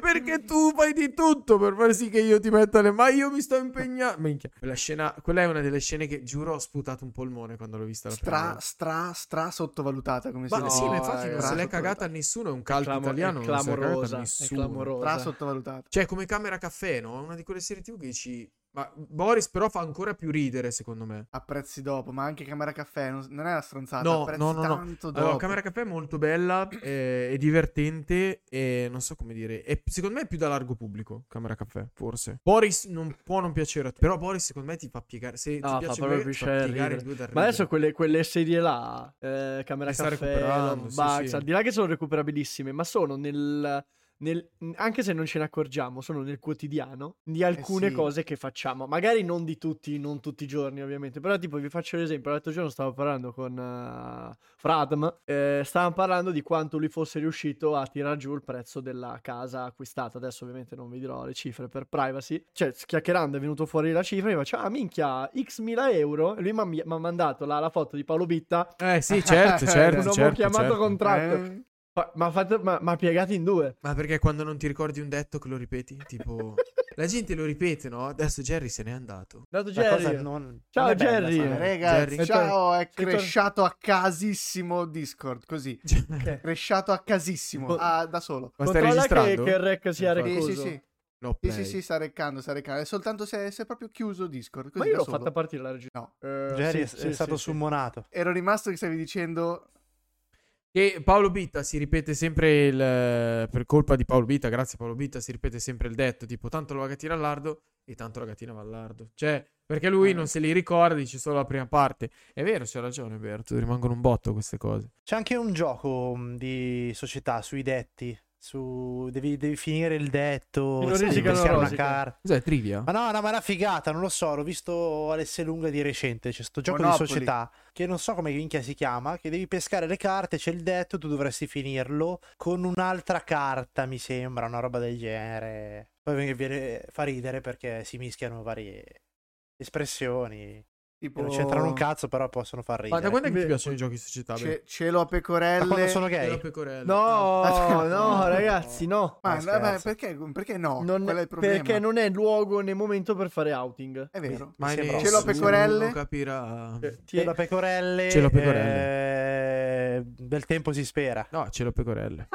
Speaker 3: Perché tu fai di tutto per far sì che io ti metta le mani, io mi sto impegnando. Minchia. Quella scena, quella è una delle scene che, giuro, ho sputato un polmone quando l'ho vista la prima
Speaker 2: stra stra stra sottovalutata come
Speaker 3: volta. Ma sì,
Speaker 2: serie.
Speaker 3: ma
Speaker 2: No,
Speaker 3: infatti
Speaker 2: è
Speaker 3: non
Speaker 2: stra
Speaker 3: se l'è
Speaker 2: sottovalutata.
Speaker 3: cagata a nessuno, è un calcio
Speaker 4: Clamo-
Speaker 3: italiano,
Speaker 4: è
Speaker 3: non se l'è cagata
Speaker 4: clamorosa,
Speaker 3: a
Speaker 4: è
Speaker 3: nessuno.
Speaker 4: clamorosa.
Speaker 2: stra sottovalutata
Speaker 3: Cioè, come camera caffè, no? È una di quelle serie TV che dici. Ma Boris, però, fa ancora più ridere, secondo me.
Speaker 2: apprezzi dopo ma anche Camera Caffè non, non è una stronzata
Speaker 3: No,
Speaker 2: apprezzi
Speaker 3: no, no, no.
Speaker 2: tanto dopo
Speaker 3: Allora, Camera Caffè è molto bella, eh, è divertente e non so come dire. È, secondo me è più da largo pubblico. Camera Caffè, forse. Boris non può non piacere a te. Però Boris, secondo me, ti fa piegare.
Speaker 4: No,
Speaker 3: Se ti
Speaker 4: fa
Speaker 3: piace
Speaker 4: proprio
Speaker 3: Boris, ti fa
Speaker 4: piacere
Speaker 3: piegare
Speaker 4: ridere.
Speaker 3: due da
Speaker 4: Ma
Speaker 3: ridere.
Speaker 4: adesso quelle, quelle serie là, eh, Camera
Speaker 3: Le sta
Speaker 4: Caffè,
Speaker 3: recuperando,
Speaker 4: Love
Speaker 3: sì,
Speaker 4: Bugs,
Speaker 3: sì.
Speaker 4: al di là che sono recuperabilissime, ma sono nel, nel- anche se non ce ne accorgiamo, sono nel quotidiano
Speaker 3: Eh
Speaker 4: di alcune
Speaker 2: sì.
Speaker 4: cose che facciamo. Magari non di tutti, non tutti i giorni ovviamente, però tipo vi faccio l'esempio, l'altro giorno stavo parlando con eh, Fradm, eh, stavamo parlando di quanto lui fosse riuscito a tirar giù il prezzo della casa acquistata, adesso ovviamente non vi dirò le cifre per privacy, cioè chiacchierando è venuto fuori la cifra, e faccio ah minchia, x mila euro, e lui mi ha- mi ha mandato la, la foto di Paolo Bitta,
Speaker 3: Eh,
Speaker 4: [LAUGHS]
Speaker 3: sì, certo, certo.
Speaker 4: non avevo
Speaker 3: certo,
Speaker 4: chiamato
Speaker 3: certo.
Speaker 4: contratto,
Speaker 2: Eh,
Speaker 4: Fa- ma ha fatto- ma- ma ha piegato in due.
Speaker 3: Ma perché quando non ti ricordi un detto che lo ripeti?
Speaker 4: [LAUGHS]
Speaker 3: Tipo. [LAUGHS] La gente lo ripete, no? Adesso Jerry se n'è andato. [LAUGHS]
Speaker 4: Dato
Speaker 1: La cosa
Speaker 4: Jerry.
Speaker 1: non-
Speaker 4: Ciao,
Speaker 1: non è bella,
Speaker 4: Jerry.
Speaker 1: sai.
Speaker 2: ragazzi,
Speaker 3: Jerry.
Speaker 2: ciao, è
Speaker 4: Sei tor-
Speaker 2: cresciato a casissimo Discord, così.
Speaker 3: Cioè,
Speaker 2: Cresciato a casissimo,
Speaker 4: Con-
Speaker 2: ah, da solo.
Speaker 3: Ma stai
Speaker 4: Controlla che,
Speaker 3: registrando?
Speaker 4: che il rec sia
Speaker 3: Sì,
Speaker 2: Sì,
Speaker 4: recoso.
Speaker 2: sì, sì.
Speaker 3: No,
Speaker 2: Sì,
Speaker 3: play.
Speaker 2: sì, sì, sta reccando, sta reccando. È soltanto se, se è proprio chiuso Discord. Così
Speaker 4: Ma io
Speaker 2: da
Speaker 4: l'ho
Speaker 2: solo.
Speaker 4: fatta partire la regia.
Speaker 2: No.
Speaker 4: Eh,
Speaker 1: Jerry
Speaker 4: sì,
Speaker 1: è,
Speaker 4: sì,
Speaker 1: è stato
Speaker 4: sì, sì.
Speaker 1: summonato.
Speaker 2: Ero rimasto che stavi dicendo.
Speaker 3: E Paolo Bitta si ripete sempre il. Per colpa di Paolo Bitta, grazie a Paolo Bitta, si ripete sempre il detto: tipo, tanto la gattina all'ardo e tanto la gattina va all'ardo. Cioè, perché lui non se li ricorda, dice solo la prima parte. È vero, c'ha ragione, Berto. Rimangono un botto queste cose.
Speaker 1: C'è anche un gioco mh, di società sui detti. Su... Devi, devi finire il detto,
Speaker 4: Fino a
Speaker 1: devi
Speaker 3: risica,
Speaker 1: pescare
Speaker 3: no,
Speaker 1: una
Speaker 4: risica.
Speaker 1: carta.
Speaker 3: Cos'è, trivia?
Speaker 1: Ma no, no, ma è una figata, non lo so, l'ho visto Alessia Lunga di recente, c'è sto gioco
Speaker 2: Monopoli.
Speaker 1: di società che non so come minchia si chiama, che devi pescare le carte, c'è il detto, tu dovresti finirlo con un'altra carta, mi sembra, una roba del genere. Poi viene- viene- fa ridere perché si mischiano varie espressioni,
Speaker 2: Tipo...
Speaker 1: che non c'entrano un cazzo, però possono far
Speaker 3: Oh. Ma
Speaker 1: ridere.
Speaker 3: da quando è che ti
Speaker 4: Beh,
Speaker 3: piacciono i giochi di società? Berto?
Speaker 2: Ce- cielo a
Speaker 1: Da
Speaker 2: pecorelle.
Speaker 1: quando sono
Speaker 3: Cielo a
Speaker 1: gay?
Speaker 3: pecorelle.
Speaker 4: No, [LAUGHS] no, ragazzi, no.
Speaker 2: Ma,
Speaker 1: Ah,
Speaker 2: ma- ma
Speaker 1: scherzo.
Speaker 2: perché, perché no?
Speaker 4: Non-
Speaker 2: Quello è il problema.
Speaker 4: perché non è luogo né momento per fare outing.
Speaker 2: È vero.
Speaker 1: Ma
Speaker 3: Ma
Speaker 1: sembra
Speaker 3: nessuno
Speaker 1: Ce l'ho
Speaker 2: pecorelle?
Speaker 3: capirà.
Speaker 4: Cioè, ti-
Speaker 1: C'è la pecorelle.
Speaker 3: C'è la pecorelle.
Speaker 1: eh, del tempo si spera.
Speaker 3: [LAUGHS] No, ce l'ho pecorelle.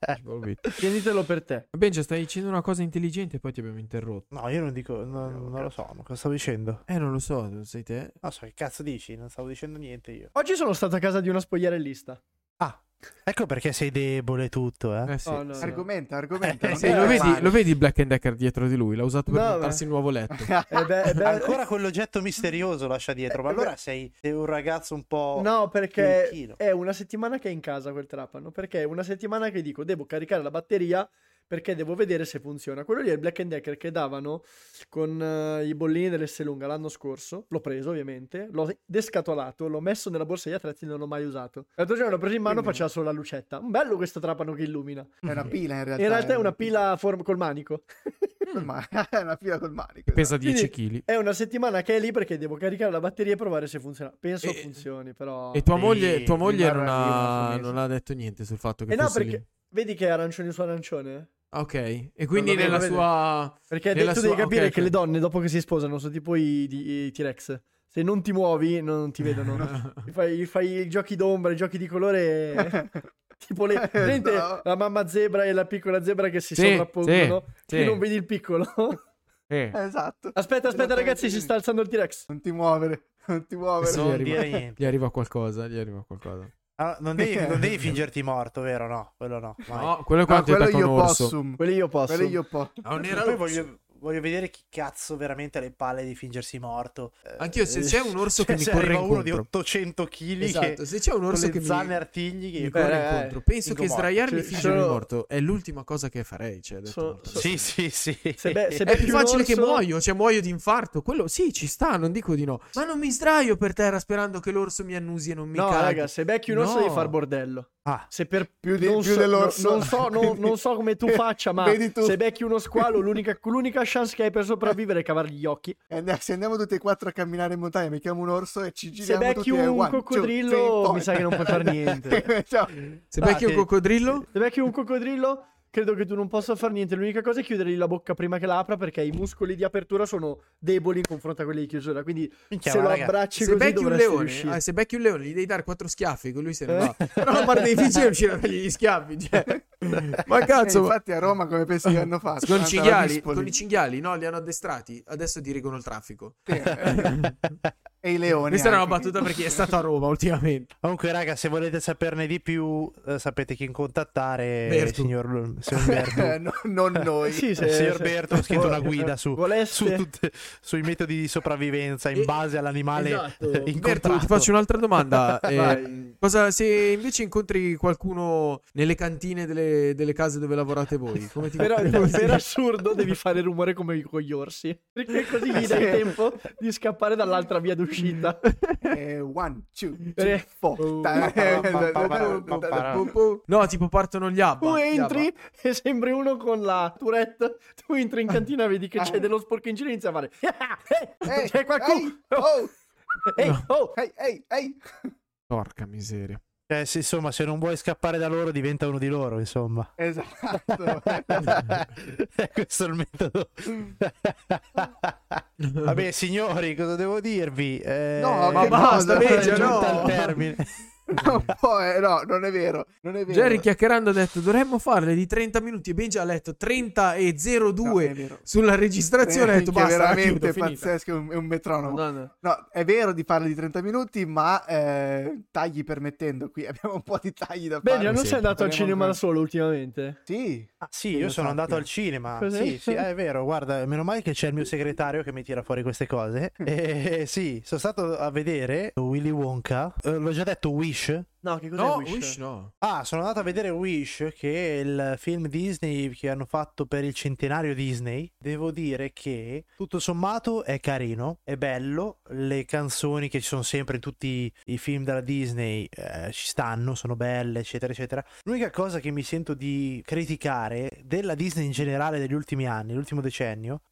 Speaker 4: Eh.
Speaker 3: Paolo Bitta.
Speaker 4: Tienitelo per te.
Speaker 3: Va bene, cioè, stai dicendo una cosa intelligente e poi ti abbiamo interrotto.
Speaker 1: no, io non dico. no- non lo so. non- Cosa stavo dicendo?
Speaker 3: Eh, non lo so, sei te.
Speaker 1: Non so che cazzo dici. Non stavo dicendo niente io.
Speaker 4: Oggi sono stato a casa di una spogliarellista.
Speaker 1: Ecco perché sei debole e tutto, eh.
Speaker 3: Eh sì.
Speaker 4: Oh, no,
Speaker 3: sì.
Speaker 4: no.
Speaker 2: Argomenta, argomenta.
Speaker 1: Eh,
Speaker 2: non
Speaker 1: sì,
Speaker 3: Eh,
Speaker 2: è
Speaker 3: lo, vedi,
Speaker 2: normale.
Speaker 3: lo vedi il Black and Decker dietro di lui? L'ha usato per
Speaker 4: No,
Speaker 3: montarsi il nuovo letto.
Speaker 2: [LAUGHS]
Speaker 4: Eh, beh, beh,
Speaker 1: Ancora quell'oggetto misterioso lascia dietro. Ma allora sei, sei un ragazzo un
Speaker 3: Oh,
Speaker 1: po'.
Speaker 4: No, perché
Speaker 1: Curichino.
Speaker 4: è una settimana che è in casa quel trapano. Perché è una settimana che dico devo caricare la batteria perché devo vedere se funziona. Quello lì è il Black and Decker che davano con eh, i bollini dell'S lunga l'anno scorso. L'ho preso ovviamente, l'ho descatolato, l'ho messo nella borsa degli attrezzi e non l'ho mai usato. L'altro giorno l'ho preso in mano
Speaker 2: Quindi-
Speaker 4: faceva solo la lucetta. Bello questo trapano che illumina.
Speaker 3: Eh,
Speaker 2: È una pila in realtà.
Speaker 4: In realtà è una
Speaker 2: [LAUGHS]
Speaker 4: pila a forma- col manico.
Speaker 2: col manico. È una pila col manico. [LAUGHS]
Speaker 3: Pesa 10
Speaker 4: Quindi-
Speaker 3: kg.
Speaker 4: È una settimana che è lì perché devo caricare la batteria e provare se funziona. Penso
Speaker 3: E-
Speaker 4: funzioni, però.
Speaker 3: E tua
Speaker 1: Sì,
Speaker 3: moglie, tua
Speaker 1: mi
Speaker 3: moglie
Speaker 2: parla
Speaker 3: non,
Speaker 2: di una
Speaker 3: ha,
Speaker 2: sommessa.
Speaker 3: non ha detto niente sul fatto che
Speaker 4: Eh no,
Speaker 3: fosse
Speaker 4: perché
Speaker 3: lì.
Speaker 4: vedi che è arancione su arancione?
Speaker 3: Ah, Ok, e quindi
Speaker 4: Non lo
Speaker 3: nella
Speaker 4: vedo,
Speaker 3: sua...
Speaker 4: Perché
Speaker 3: Nella
Speaker 4: de- tu devi
Speaker 3: sua-
Speaker 4: capire
Speaker 3: ok,
Speaker 4: che
Speaker 3: ok.
Speaker 4: le donne dopo che si sposano sono tipo i, di- i T-Rex. Se non ti muovi non ti
Speaker 3: [LAUGHS]
Speaker 4: vedono. Gli fai, gli fai i giochi d'ombra, i giochi di
Speaker 3: [LAUGHS]
Speaker 4: colore. tipo le...
Speaker 2: Eh,
Speaker 4: presente
Speaker 2: no.
Speaker 4: la mamma zebra e la piccola zebra che si
Speaker 3: Sì,
Speaker 4: sovrappongono.
Speaker 3: sì,
Speaker 4: Che
Speaker 3: sì.
Speaker 4: non vedi il piccolo. [LAUGHS]
Speaker 3: Eh,
Speaker 2: Esatto.
Speaker 4: aspetta, aspetta ragazzi, si
Speaker 2: Esattamente.
Speaker 4: sta alzando il T-Rex.
Speaker 2: Non ti muovere, non ti muovere.
Speaker 3: Sì,
Speaker 1: non
Speaker 3: arriva.
Speaker 1: dire niente.
Speaker 3: Gli arriva qualcosa, gli arriva qualcosa.
Speaker 1: Ah, non, devi, non [LAUGHS] devi fingerti morto, vero? No, quello no. mai.
Speaker 3: No, quello è
Speaker 2: Ma
Speaker 3: quando ti
Speaker 2: quello
Speaker 3: attacca un
Speaker 2: io
Speaker 3: orso.
Speaker 2: posso.
Speaker 4: Quello io posso.
Speaker 2: Quello io posso.
Speaker 3: Ah, un
Speaker 1: Poi voglio, voglio vedere chi cazzo veramente ha le palle di fingersi morto. Eh,
Speaker 3: Anch'io, se c'è un
Speaker 1: [LAUGHS]
Speaker 3: orso
Speaker 1: Cioè,
Speaker 3: che mi
Speaker 1: se
Speaker 3: corre
Speaker 1: arriva uno di
Speaker 3: incontro.
Speaker 1: 800 kg
Speaker 3: Esatto, se c'è un
Speaker 1: con
Speaker 3: orso
Speaker 1: le
Speaker 3: che mi,
Speaker 1: zanne artigli che
Speaker 3: mi corre
Speaker 4: Eh,
Speaker 3: incontro, penso
Speaker 1: figo
Speaker 3: che
Speaker 1: morto.
Speaker 3: sdraiarmi e
Speaker 4: Cioè,
Speaker 3: fingermi
Speaker 4: sono-
Speaker 3: morto è l'ultima cosa che farei. Cioè, detto
Speaker 4: Sono-
Speaker 3: una volta.
Speaker 4: sono-
Speaker 1: Sì, sì, sì.
Speaker 4: Se be-
Speaker 3: [LAUGHS]
Speaker 4: se
Speaker 3: È
Speaker 4: be-
Speaker 3: più
Speaker 4: più
Speaker 3: facile
Speaker 4: orso-
Speaker 3: che muoio, cioè muoio di infarto. Quello sì, ci sta, non dico di no. Ma non mi sdraio per terra sperando che l'orso mi annusi e non mi
Speaker 4: No,
Speaker 3: caghi.
Speaker 4: raga, se becchi un orso
Speaker 3: No.
Speaker 4: devi far bordello.
Speaker 1: Ah.
Speaker 4: Se per
Speaker 2: Più di-
Speaker 4: non
Speaker 2: più
Speaker 4: so,
Speaker 2: dell'orso.
Speaker 4: non so, non-
Speaker 2: [LAUGHS] Quindi-
Speaker 4: non so come tu faccia, ma
Speaker 2: Vedi tu.
Speaker 4: se becchi uno squalo, l'unica, l'unica chance che hai per sopravvivere è cavargli gli occhi.
Speaker 2: E andiamo- se andiamo tutti e quattro a camminare in montagna, mi chiamo un orso e ci
Speaker 4: Se
Speaker 2: giriamo
Speaker 4: becchi
Speaker 2: tutti
Speaker 4: un
Speaker 2: e Cioè, one, two,
Speaker 4: coccodrillo,
Speaker 2: three, four.
Speaker 4: mi sa che non puoi far
Speaker 2: [LAUGHS]
Speaker 4: niente.
Speaker 2: Ciao.
Speaker 3: Se
Speaker 1: Ah,
Speaker 3: becchi un
Speaker 1: che-
Speaker 3: coccodrillo,
Speaker 4: Se becchi un coccodrillo, credo che tu non possa far niente. L'unica cosa è chiudergli la bocca prima che la apra perché i muscoli di apertura sono deboli in confronto a quelli di chiusura. Quindi
Speaker 1: [LAUGHS] Minchia,
Speaker 4: se
Speaker 1: ma
Speaker 4: lo
Speaker 1: raga,
Speaker 4: abbracci
Speaker 3: se
Speaker 4: così
Speaker 3: becchi un
Speaker 4: dovresti
Speaker 3: leone,
Speaker 4: riuscire.
Speaker 3: ah, se becchi un leone, gli devi dare quattro schiaffi, con lui se ne
Speaker 4: Eh?
Speaker 3: va.
Speaker 4: [LAUGHS]
Speaker 2: [LAUGHS]
Speaker 3: Però a parte difficile riuscire a fargli gli schiaffi. Cioè. Ma
Speaker 2: Eh,
Speaker 3: cazzo, ma-
Speaker 2: infatti a Roma come pensi che hanno fatto?
Speaker 3: con, i
Speaker 2: Andavano a
Speaker 3: cinghiali,
Speaker 2: Dispoli.
Speaker 3: con i cinghiali, no, li hanno addestrati. Adesso dirigono il traffico.
Speaker 2: [LAUGHS] e i leoni.
Speaker 3: Questa era una
Speaker 2: anche.
Speaker 3: battuta per chi è stato a Roma ultimamente.
Speaker 1: [LAUGHS] Comunque, raga, se volete saperne di più, eh, sapete chi contattare.
Speaker 3: Bertu.
Speaker 1: Signor, signor
Speaker 3: [LAUGHS]
Speaker 2: [LAUGHS]
Speaker 1: Bertu.
Speaker 2: No, non noi.
Speaker 4: Sì, se-
Speaker 1: Il signor
Speaker 4: se-
Speaker 1: Berto ha scritto una guida su,
Speaker 4: Voleste-
Speaker 1: su tutte- sui metodi di sopravvivenza in
Speaker 3: Eh, E-
Speaker 1: base all'animale [LAUGHS]
Speaker 3: Esatto.
Speaker 1: eh, incontrato.
Speaker 3: Bertu, ti faccio un'altra domanda. Eh,
Speaker 4: Vai.
Speaker 3: cosa- se invece incontri qualcuno nelle cantine delle, delle case dove lavorate voi, come ti
Speaker 4: [LAUGHS]
Speaker 1: [LAUGHS]
Speaker 4: Però
Speaker 3: come ti-
Speaker 4: per assurdo devi fare rumore come con gli orsi. Perché così gli dai tempo di scappare dall'altra
Speaker 1: [LAUGHS]
Speaker 4: via d'uscita.
Speaker 2: Eh, one, two, three,
Speaker 4: Eh.
Speaker 2: four.
Speaker 3: No, tipo partono gli abba.
Speaker 4: Tu
Speaker 3: Gli Abba.
Speaker 4: entri e sembri uno con la tourette. Tu entri in cantina, vedi che c'è dello sporco in giro e inizia a fare. "Eh, [LAUGHS]
Speaker 2: Ehi,
Speaker 4: c'è qualcuno!
Speaker 2: ehi, oh,
Speaker 4: [LAUGHS] Ehi, oh!
Speaker 2: ehi, ehi, ehi.
Speaker 3: Porca miseria.
Speaker 1: Cioè, se- insomma, se non vuoi scappare da loro, diventa uno di loro.
Speaker 3: [LAUGHS]
Speaker 1: Insomma, [LAUGHS]
Speaker 2: [LAUGHS] Esatto.
Speaker 1: Eh, questo è il metodo. [LAUGHS] Vabbè, signori, cosa devo dirvi? Eh,
Speaker 2: No, ma
Speaker 1: è
Speaker 2: basta,
Speaker 1: giunta
Speaker 2: Meggia, no.
Speaker 1: al termine.
Speaker 2: No, poi, eh, no, non è vero. Non è vero.
Speaker 3: Jerry chiacchierando ha detto dovremmo farle di 30 minuti e Benji ha letto 30 e
Speaker 2: No,
Speaker 3: 02
Speaker 2: è vero.
Speaker 3: sulla registrazione ha detto
Speaker 2: Minchia,
Speaker 3: basta la
Speaker 2: Eh, veramente
Speaker 3: chiudo, finita.
Speaker 2: pazzesco, è un, è un metronomo.
Speaker 4: No, no.
Speaker 2: No, è vero di farlo di 30 minuti, ma eh, tagli permettendo, qui abbiamo un po' di tagli da fare.
Speaker 4: Bene, non
Speaker 3: sì,
Speaker 4: sei andato al
Speaker 2: parliamo
Speaker 4: cinema
Speaker 2: ancora.
Speaker 4: da solo ultimamente?
Speaker 2: Sì,
Speaker 1: Ah, sì, io sono
Speaker 2: esatto.
Speaker 1: andato al cinema.
Speaker 4: Cos'è?
Speaker 1: Sì, sì, eh, è vero. Guarda, meno male che c'è il mio segretario che mi tira fuori queste cose. E, sì, sono stato a vedere Willy Wonka. Eh, l'ho già detto Wish.
Speaker 4: No, che cos'è
Speaker 3: No,
Speaker 4: Wish?
Speaker 3: Wish no.
Speaker 1: Ah, sono andato a vedere Wish, che è il film Disney che hanno fatto per il centenario Disney. Devo dire che tutto sommato è carino, è bello. Le canzoni che ci sono sempre in tutti i film della Disney eh, ci stanno, sono belle, eccetera, eccetera. L'unica cosa che mi sento di criticare della Disney in generale degli ultimi anni, l'ultimo decennio,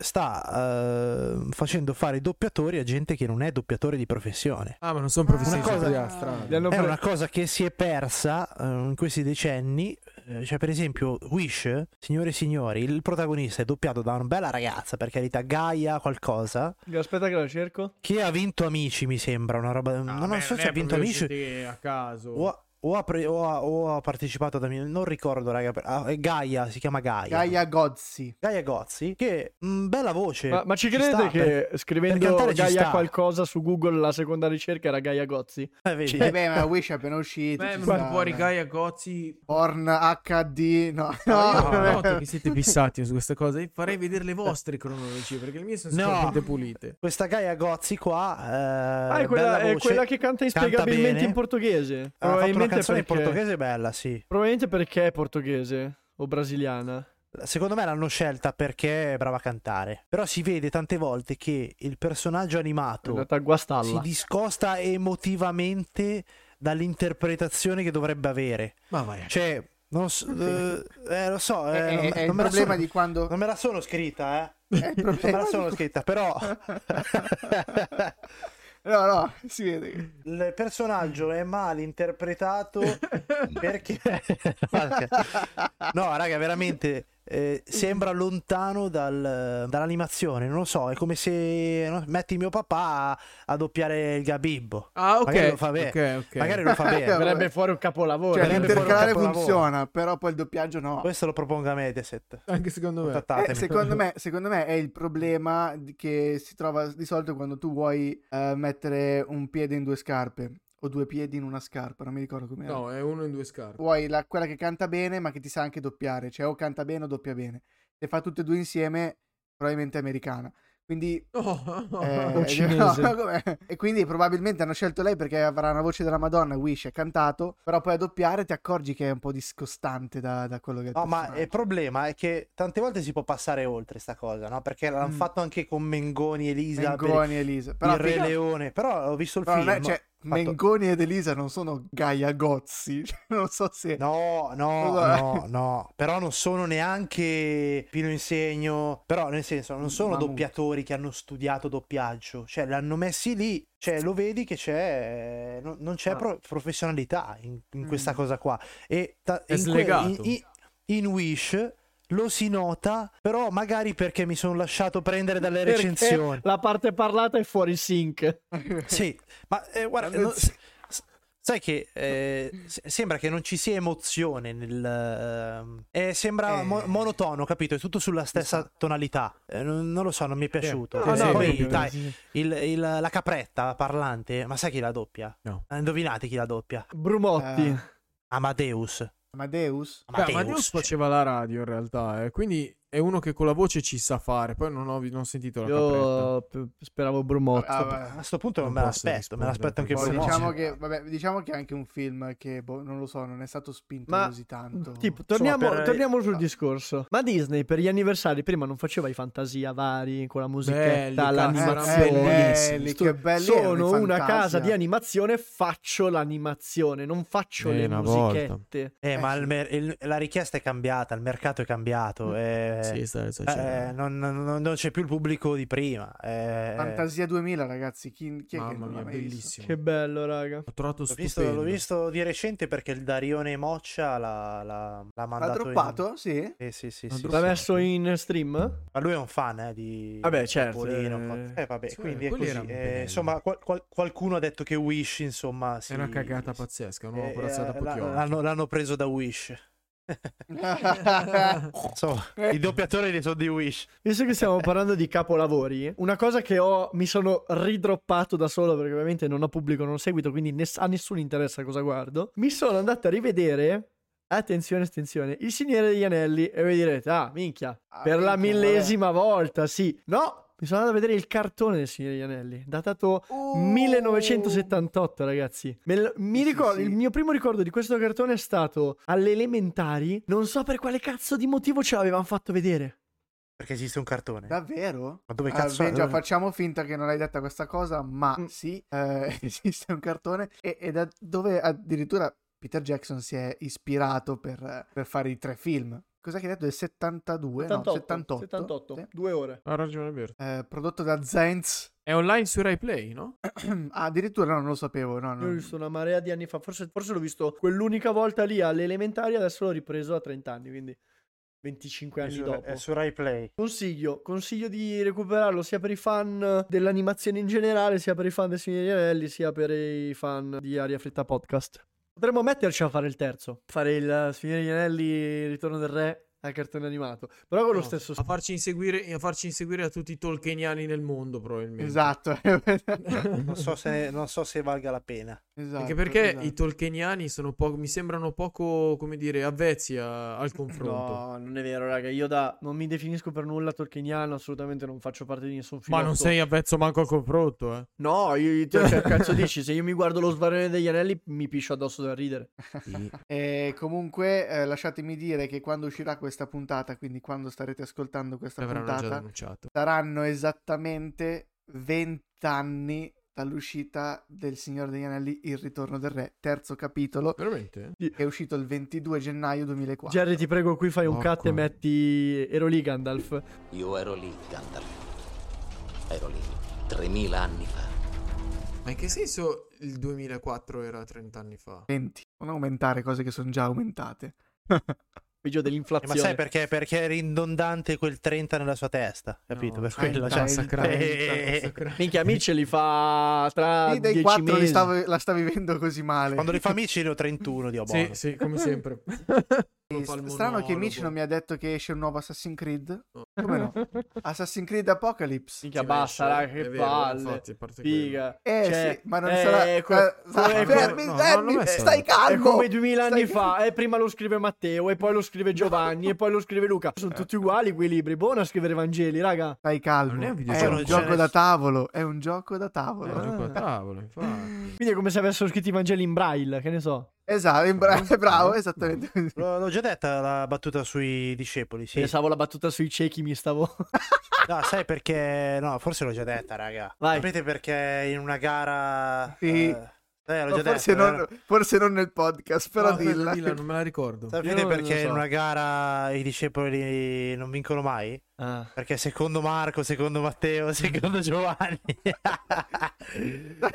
Speaker 1: sta eh, facendo fare i doppiatori a gente che non è doppiatore di professione.
Speaker 3: Ah, ma non sono
Speaker 1: Una
Speaker 3: professionisti.
Speaker 1: cosa- Eh,
Speaker 3: ah, strano.
Speaker 4: Li hanno
Speaker 1: È
Speaker 4: pre-
Speaker 1: una cosa che si è persa eh, in questi decenni. Eh, Cioè, per esempio, Wish, signore e signori, il protagonista è doppiato da una bella ragazza, per carità, Gaia qualcosa,
Speaker 4: Aspetta che la cerco.
Speaker 1: che ha vinto Amici, mi sembra, una roba...
Speaker 3: Ah,
Speaker 1: non,
Speaker 3: beh,
Speaker 1: so
Speaker 3: non
Speaker 1: se
Speaker 3: è
Speaker 1: ha vinto
Speaker 3: proprio
Speaker 1: Amici
Speaker 3: gente a caso.
Speaker 1: o ha, o ha pre- o ha- o ha partecipato ad Amici, non ricordo, raga, per- ah, è Gaia, si chiama Gaia.
Speaker 2: Gaia Gozzi.
Speaker 1: Gaia Gozzi, che mh, bella voce.
Speaker 4: Ma, ma ci
Speaker 1: sta,
Speaker 4: credete che
Speaker 1: per
Speaker 4: scrivendo
Speaker 1: cantare ci
Speaker 4: Gaia
Speaker 1: sta.
Speaker 4: qualcosa su Google la seconda ricerca era Gaia Gozzi?
Speaker 1: eh, vedi?
Speaker 2: Eh beh, ma Wish è appena uscito.
Speaker 3: Beh,
Speaker 2: ci
Speaker 3: ma
Speaker 2: sta, eh.
Speaker 3: fuori
Speaker 2: dai.
Speaker 3: Gaia Gozzi.
Speaker 2: Porn HD, no,
Speaker 3: No,
Speaker 2: [LAUGHS] no,
Speaker 3: io
Speaker 2: no,
Speaker 3: noto che siete fissati su queste cose. Io Farei vedere le vostre cronologie perché le mie sono
Speaker 1: No.
Speaker 3: sicuramente pulite.
Speaker 1: Questa Gaia Gozzi qua... eh,
Speaker 4: Ah, è quella, è quella che canta inspiegabilmente in
Speaker 1: portoghese.
Speaker 4: portoghese.
Speaker 1: Ah, Ha fatto una
Speaker 4: Probabilmente
Speaker 1: canzone in
Speaker 4: perché-
Speaker 1: portoghese bella, sì.
Speaker 4: Probabilmente perché è portoghese o brasiliana.
Speaker 1: Secondo me l'hanno scelta perché è brava a cantare. Però si vede tante volte che il personaggio
Speaker 4: È
Speaker 1: animato
Speaker 4: andata a
Speaker 1: si
Speaker 4: guastarla.
Speaker 1: discosta emotivamente dall'interpretazione che dovrebbe avere.
Speaker 3: Ma vai. a c***o.
Speaker 1: Cioè, non so, eh, eh, lo so, eh,
Speaker 2: È,
Speaker 1: non,
Speaker 2: è- è il
Speaker 1: non me la
Speaker 2: problema
Speaker 1: sono,
Speaker 2: di quando...
Speaker 1: non me la sono scritta, eh.
Speaker 2: È [LAUGHS] il
Speaker 1: Non me
Speaker 2: problema
Speaker 1: la sono
Speaker 2: di-
Speaker 1: scritta,
Speaker 2: [LAUGHS]
Speaker 1: però [LAUGHS]
Speaker 2: No, no, si vede. che-
Speaker 1: il personaggio è mal
Speaker 2: [LAUGHS]
Speaker 1: interpretato [LAUGHS] perché No, raga, veramente eh, sembra lontano dal- dall'animazione. Non lo so, è come se no, metti mio papà a, a doppiare il Gabibbo.
Speaker 3: Ah, ok.
Speaker 1: Magari lo fa bene.
Speaker 3: ok, ok.
Speaker 1: Magari lo fa bene.
Speaker 4: Verrebbe fuori un capolavoro.
Speaker 2: Cioè,
Speaker 1: Verrebbe
Speaker 4: verrebbe fuori un
Speaker 2: l'intercalare
Speaker 1: capolavoro.
Speaker 2: funziona, però poi il doppiaggio [LAUGHS] no.
Speaker 1: Questo lo propongo a Mediaset.
Speaker 3: [LAUGHS] Anche secondo me.
Speaker 1: Contattatemi.
Speaker 2: Eh, secondo, me, secondo me è il problema di- che si trova di solito quando tu vuoi eh, mettere un piede in due scarpe o due piedi in una scarpa, non mi ricordo com'era.
Speaker 3: No, è uno in due scarpe.
Speaker 2: Vuoi la- quella che canta bene ma che ti sa anche doppiare, cioè o canta bene o doppia bene. Se fa tutte e due insieme probabilmente americana. Quindi
Speaker 3: Oh, no. [LAUGHS]
Speaker 2: eh,
Speaker 4: o
Speaker 1: cioè, [LAUGHS]
Speaker 4: cinese.
Speaker 2: [LAUGHS] no, com'è? [LAUGHS] e quindi probabilmente hanno scelto lei perché avrà una voce della Madonna, Wish è cantato, però poi a doppiare ti accorgi che è un po' discostante da, da quello che è il
Speaker 1: No, ma
Speaker 2: personaggio.
Speaker 1: il problema è che tante volte si può passare oltre sta cosa, no? Perché l'hanno
Speaker 2: Mm.
Speaker 1: fatto anche con Mengoni, Elisa, per-
Speaker 2: Mengoni e Elisa. Però,
Speaker 1: il Re
Speaker 2: però-
Speaker 1: Leone. Però ho visto il
Speaker 2: però non
Speaker 1: film.
Speaker 2: è- cioè, Mengoni ed Elisa non sono Gaia Gozzi, [LAUGHS] Cioè, non so se... eh,
Speaker 1: No, no,
Speaker 2: Cosa-
Speaker 1: no, no. Però non sono neanche Pino Insegno. Però, nel senso, non sono
Speaker 2: Mammut.
Speaker 1: doppiatori che hanno studiato doppiaggio. Cioè, l'hanno messi lì. Cioè, lo vedi che c'è. non- non c'è
Speaker 4: Ah.
Speaker 1: pro- professionalità in, in
Speaker 2: Mm.
Speaker 1: questa cosa qua. E ta-
Speaker 3: È
Speaker 1: in, que-
Speaker 3: slegato.
Speaker 1: in- in- in Wish. Lo si nota, però magari perché mi sono lasciato prendere dalle
Speaker 4: Perché
Speaker 1: recensioni.
Speaker 4: La parte parlata è fuori sync.
Speaker 1: Sì, ma eh, guarda,
Speaker 2: Quando
Speaker 1: no,
Speaker 2: si-
Speaker 1: s- sai che eh, se- sembra che non ci sia emozione nel... ehm, eh, sembra
Speaker 2: Eh.
Speaker 1: mo- monotono, capito? È tutto sulla stessa tonalità. Eh, non, non lo so, non mi è piaciuto.
Speaker 3: Esatto. No,
Speaker 2: Ah,
Speaker 1: Eh,
Speaker 3: no,
Speaker 1: poi,
Speaker 3: ovvio.
Speaker 1: dai, il- il- la capretta parlante, ma sai chi la doppia?
Speaker 3: No.
Speaker 1: Eh, Indovinate chi la doppia?
Speaker 4: Brumotti.
Speaker 2: Eh,
Speaker 1: Amadeus.
Speaker 2: Amadeus?
Speaker 3: Beh, ma Deus faceva la radio in realtà, eh, quindi è uno che con la voce ci sa fare. Poi non ho, non ho sentito la capretta.
Speaker 4: Io p- speravo Brumotti.
Speaker 2: Ah,
Speaker 1: cioè,
Speaker 2: vabbè.
Speaker 1: a sto punto non,
Speaker 3: Non
Speaker 1: me
Speaker 3: posso
Speaker 1: l'aspetto, me l'aspetto anche
Speaker 3: rispondere,
Speaker 2: Boh,
Speaker 1: per
Speaker 3: perché
Speaker 2: diciamo,
Speaker 1: Mozart.
Speaker 2: che, vabbè, diciamo che è anche un film che, boh, non lo so, non è stato spinto
Speaker 4: Ma-
Speaker 2: così tanto.
Speaker 4: Tipo, torniamo,
Speaker 1: per-
Speaker 4: torniamo sul
Speaker 2: Ah.
Speaker 4: discorso. Ma Disney per gli anniversari prima non faceva i fantasia vari con la
Speaker 3: Belli,
Speaker 4: musichetta,
Speaker 3: cazzo,
Speaker 4: l'animazione.
Speaker 2: eh,
Speaker 3: erano bellissimi.
Speaker 2: belli,
Speaker 4: Sto-
Speaker 2: che belli
Speaker 4: sono
Speaker 2: erano i
Speaker 4: una
Speaker 2: Fantasia.
Speaker 4: casa di animazione, faccio l'animazione, non faccio
Speaker 3: Eh,
Speaker 4: le
Speaker 3: una volta.
Speaker 4: musichette.
Speaker 1: Eh,
Speaker 2: Eh,
Speaker 1: ma il
Speaker 2: sì.
Speaker 1: mer- il- la richiesta è cambiata, il mercato è cambiato. eh,
Speaker 3: Mm. Sì, sta- sta- c'era.
Speaker 1: Eh, non, non- non c'è più il pubblico di prima. eh,
Speaker 2: Fantasia 2000, ragazzi, chi, chi è che
Speaker 3: Mamma
Speaker 2: non l'ha
Speaker 3: mia,
Speaker 2: mai visto?
Speaker 3: bellissimo.
Speaker 4: Che bello, raga.
Speaker 3: Ho trovato
Speaker 1: l'ho, visto,
Speaker 3: stupendo.
Speaker 1: l'ho visto di recente perché il Darione Moccia l'ha, l'ha- l'ha
Speaker 2: L'ha
Speaker 1: mandato.
Speaker 2: droppato?
Speaker 1: in-
Speaker 4: [LAUGHS]
Speaker 2: Sì.
Speaker 1: Eh, sì, sì,
Speaker 3: L'ha
Speaker 1: sì,
Speaker 3: droppato.
Speaker 1: sì.
Speaker 4: L'ha messo in stream?
Speaker 1: Ma lui è un fan eh, di
Speaker 4: Vabbè, certo,
Speaker 1: Topolino,
Speaker 4: eh.
Speaker 1: Fox- eh, vabbè,
Speaker 3: Sì,
Speaker 1: quindi è
Speaker 3: quelli
Speaker 1: così.
Speaker 3: erano
Speaker 1: eh,
Speaker 3: belli.
Speaker 1: insomma, qual- qual- qualcuno ha detto che Wish, insomma,
Speaker 3: È una
Speaker 1: si-
Speaker 3: cagata
Speaker 1: si-
Speaker 3: pazzesca, una
Speaker 1: eh,
Speaker 3: corazzata
Speaker 1: eh, la-
Speaker 3: pochiola.
Speaker 1: l'hanno, l'hanno preso da Wish.
Speaker 2: Ah,
Speaker 1: Insomma, i doppiatori li sono di Wish.
Speaker 4: Visto che
Speaker 2: [LAUGHS]
Speaker 4: stiamo parlando di capolavori, una cosa che ho, mi sono ridroppato da solo perché ovviamente non ho pubblico, non ho seguito, quindi ness- a nessuno interessa cosa guardo. Mi sono andato a rivedere, attenzione, attenzione, Il Signore degli Anelli e voi direte, ah, minchia,
Speaker 2: Ah,
Speaker 4: per la
Speaker 2: minchia,
Speaker 4: millesima volta, sì. No, mi sono andato a vedere il cartone del Signore degli Anelli, datato
Speaker 2: Uh.
Speaker 4: 1978 ragazzi Me lo- mi
Speaker 2: Eh Sì, sì,
Speaker 4: ricordo
Speaker 2: sì.
Speaker 4: il mio primo ricordo di questo cartone è stato alle elementari non so per quale cazzo di motivo ce l'avevano fatto vedere
Speaker 1: Perché esiste un cartone.
Speaker 2: Davvero?
Speaker 1: Ma dove
Speaker 2: Ah,
Speaker 1: cazzo
Speaker 2: beh,
Speaker 1: è?
Speaker 3: eh.
Speaker 2: già, facciamo finta che non hai detta questa cosa, ma
Speaker 4: Mm.
Speaker 2: sì, eh, [LAUGHS] esiste un cartone e, e da dove addirittura Peter Jackson si è ispirato per, eh, per fare i tre film. Cos'è che hai detto? Del 72? 78, Eh, no, 78.
Speaker 4: 78,
Speaker 2: sì.
Speaker 4: due ore
Speaker 3: Ha ragione Alberto.
Speaker 2: Eh, prodotto da Zenz.
Speaker 3: È online su RaiPlay, no?
Speaker 2: ah, addirittura no, non lo sapevo. No,
Speaker 4: Io l'ho
Speaker 2: no.
Speaker 4: visto una marea di anni fa forse, forse l'ho visto quell'unica volta lì alle elementari adesso l'ho ripreso a 30 anni quindi 25
Speaker 1: È
Speaker 4: anni
Speaker 1: su,
Speaker 4: dopo
Speaker 1: è su Rai Play.
Speaker 4: Consiglio, consiglio di recuperarlo sia per i fan dell'animazione in generale, sia per i fan del Signore degli Anelli, sia per i fan di Aria Fritta Podcast. Potremmo metterci a fare il terzo, fare il Signore degli Anelli, Ritorno del Re al cartone animato, però con lo
Speaker 3: No,
Speaker 4: stesso
Speaker 3: a farci, inseguire, a farci inseguire a tutti i tolkieniani nel mondo, probabilmente.
Speaker 2: Esatto. [LAUGHS] Esatto,
Speaker 1: Non so se, non so se valga la pena.
Speaker 3: Anche perché
Speaker 2: i
Speaker 3: i tolkieniani sono po- mi sembrano poco, come dire, avvezzi a- al confronto.
Speaker 4: No, non è vero, raga, io da non mi definisco per nulla tolkieniano, assolutamente non faccio parte di nessun film.
Speaker 3: Ma non sei avvezzo manco al confronto, eh.
Speaker 4: No, io te cioè, cazzo dici, se io mi guardo lo svarone degli anelli mi piscio addosso da ridere.
Speaker 2: E comunque eh, lasciatemi dire che quando uscirà questa puntata, quindi quando starete ascoltando questa
Speaker 3: L'avranno già
Speaker 2: puntata,
Speaker 3: denunciato.
Speaker 2: saranno esattamente 20 anni dall'uscita del Signore degli Anelli Il Ritorno del Re, terzo capitolo,
Speaker 3: Veramente?
Speaker 2: che è uscito il 22 gennaio 2004.
Speaker 4: Jerry, ti prego, qui fai un cut
Speaker 3: Porco. Eh,
Speaker 4: e metti Ero lì Gandalf.
Speaker 5: Io ero lì, Gandalf. Ero lì 3000 anni fa.
Speaker 3: Ma in che senso il 2004 era 30 anni fa?
Speaker 2: 20. Non aumentare cose che sono già aumentate.
Speaker 4: Peggio
Speaker 1: Eh,
Speaker 4: dell'inflazione.
Speaker 1: Ma sai perché? Perché è ridondante quel 30 nella sua testa, capito?
Speaker 3: No,
Speaker 1: per quello,
Speaker 2: dai,
Speaker 1: cioè,
Speaker 2: dai.
Speaker 3: massacrare,
Speaker 1: eh,
Speaker 3: massacrare.
Speaker 4: Minchia, amici li fa tra
Speaker 2: Sì, [LAUGHS] dei
Speaker 4: 10
Speaker 2: quattro li
Speaker 4: Ah, mesi.
Speaker 2: stavo- la sta vivendo così male.
Speaker 3: Boh,
Speaker 1: quando li fa amici ne ho 31, Dio buono.
Speaker 3: Sì, sì, come sempre. tipo fa il
Speaker 2: Strano che Mitch
Speaker 3: monologo.
Speaker 2: non mi ha detto che esce un nuovo Assassin's Creed. Come
Speaker 4: [LAUGHS]
Speaker 2: no? Assassin's Creed Apocalypse.
Speaker 4: Minchia,
Speaker 3: Sì,
Speaker 4: basta,
Speaker 3: esce.
Speaker 4: raga,
Speaker 3: È
Speaker 4: che
Speaker 3: vero,
Speaker 4: palle.
Speaker 3: infatti, a parte
Speaker 4: Figa.
Speaker 2: Eh
Speaker 4: Cioè,
Speaker 2: sì, ma non
Speaker 4: eh,
Speaker 2: sarà...
Speaker 4: è que-
Speaker 2: eh, sa-
Speaker 4: è que-
Speaker 2: fermi,
Speaker 3: no, non
Speaker 2: fermi,
Speaker 3: l'ho messo.
Speaker 2: stai
Speaker 4: È
Speaker 2: calmo!
Speaker 4: come 2000 anni
Speaker 2: Stai
Speaker 4: fa, eh, prima lo scrive Matteo, e poi lo scrive Giovanni, e poi lo scrive Luca. Sono
Speaker 2: Eh.
Speaker 4: tutti uguali quei libri. Buona a scrivere Vangeli, raga.
Speaker 2: Stai calmo.
Speaker 3: Non è un
Speaker 2: È
Speaker 3: videogioco.
Speaker 2: un
Speaker 1: Cioè,
Speaker 2: gioco da
Speaker 1: adesso-
Speaker 2: tavolo. È un gioco da
Speaker 3: Eh,
Speaker 2: tavolo.
Speaker 3: gioco a tavolo, infatti.
Speaker 4: Quindi è come se avessero scritto i Vangeli in braille, che ne so.
Speaker 2: Esatto, in bra- bravo, esattamente così.
Speaker 1: L'ho l'ho già detta la battuta sui discepoli, sì.
Speaker 4: Pensavo la battuta sui ciechi mi stavo...
Speaker 1: No, sai perché... No, forse l'ho già detta, raga.
Speaker 4: Vai.
Speaker 1: Sapete perché in una gara...
Speaker 2: Sì.
Speaker 1: eh, eh, l'ho
Speaker 2: Ma
Speaker 1: già
Speaker 2: forse,
Speaker 1: detta,
Speaker 2: non, forse non nel podcast, però
Speaker 3: No, quella
Speaker 2: dilla.
Speaker 3: di là non me la ricordo.
Speaker 4: Io
Speaker 1: Sapete
Speaker 4: non lo
Speaker 1: perché
Speaker 4: so.
Speaker 1: in una gara i discepoli non vincono mai?
Speaker 4: [LAUGHS] Ah.
Speaker 1: Perché secondo Marco, secondo [LAUGHS] Matteo, secondo Giovanni.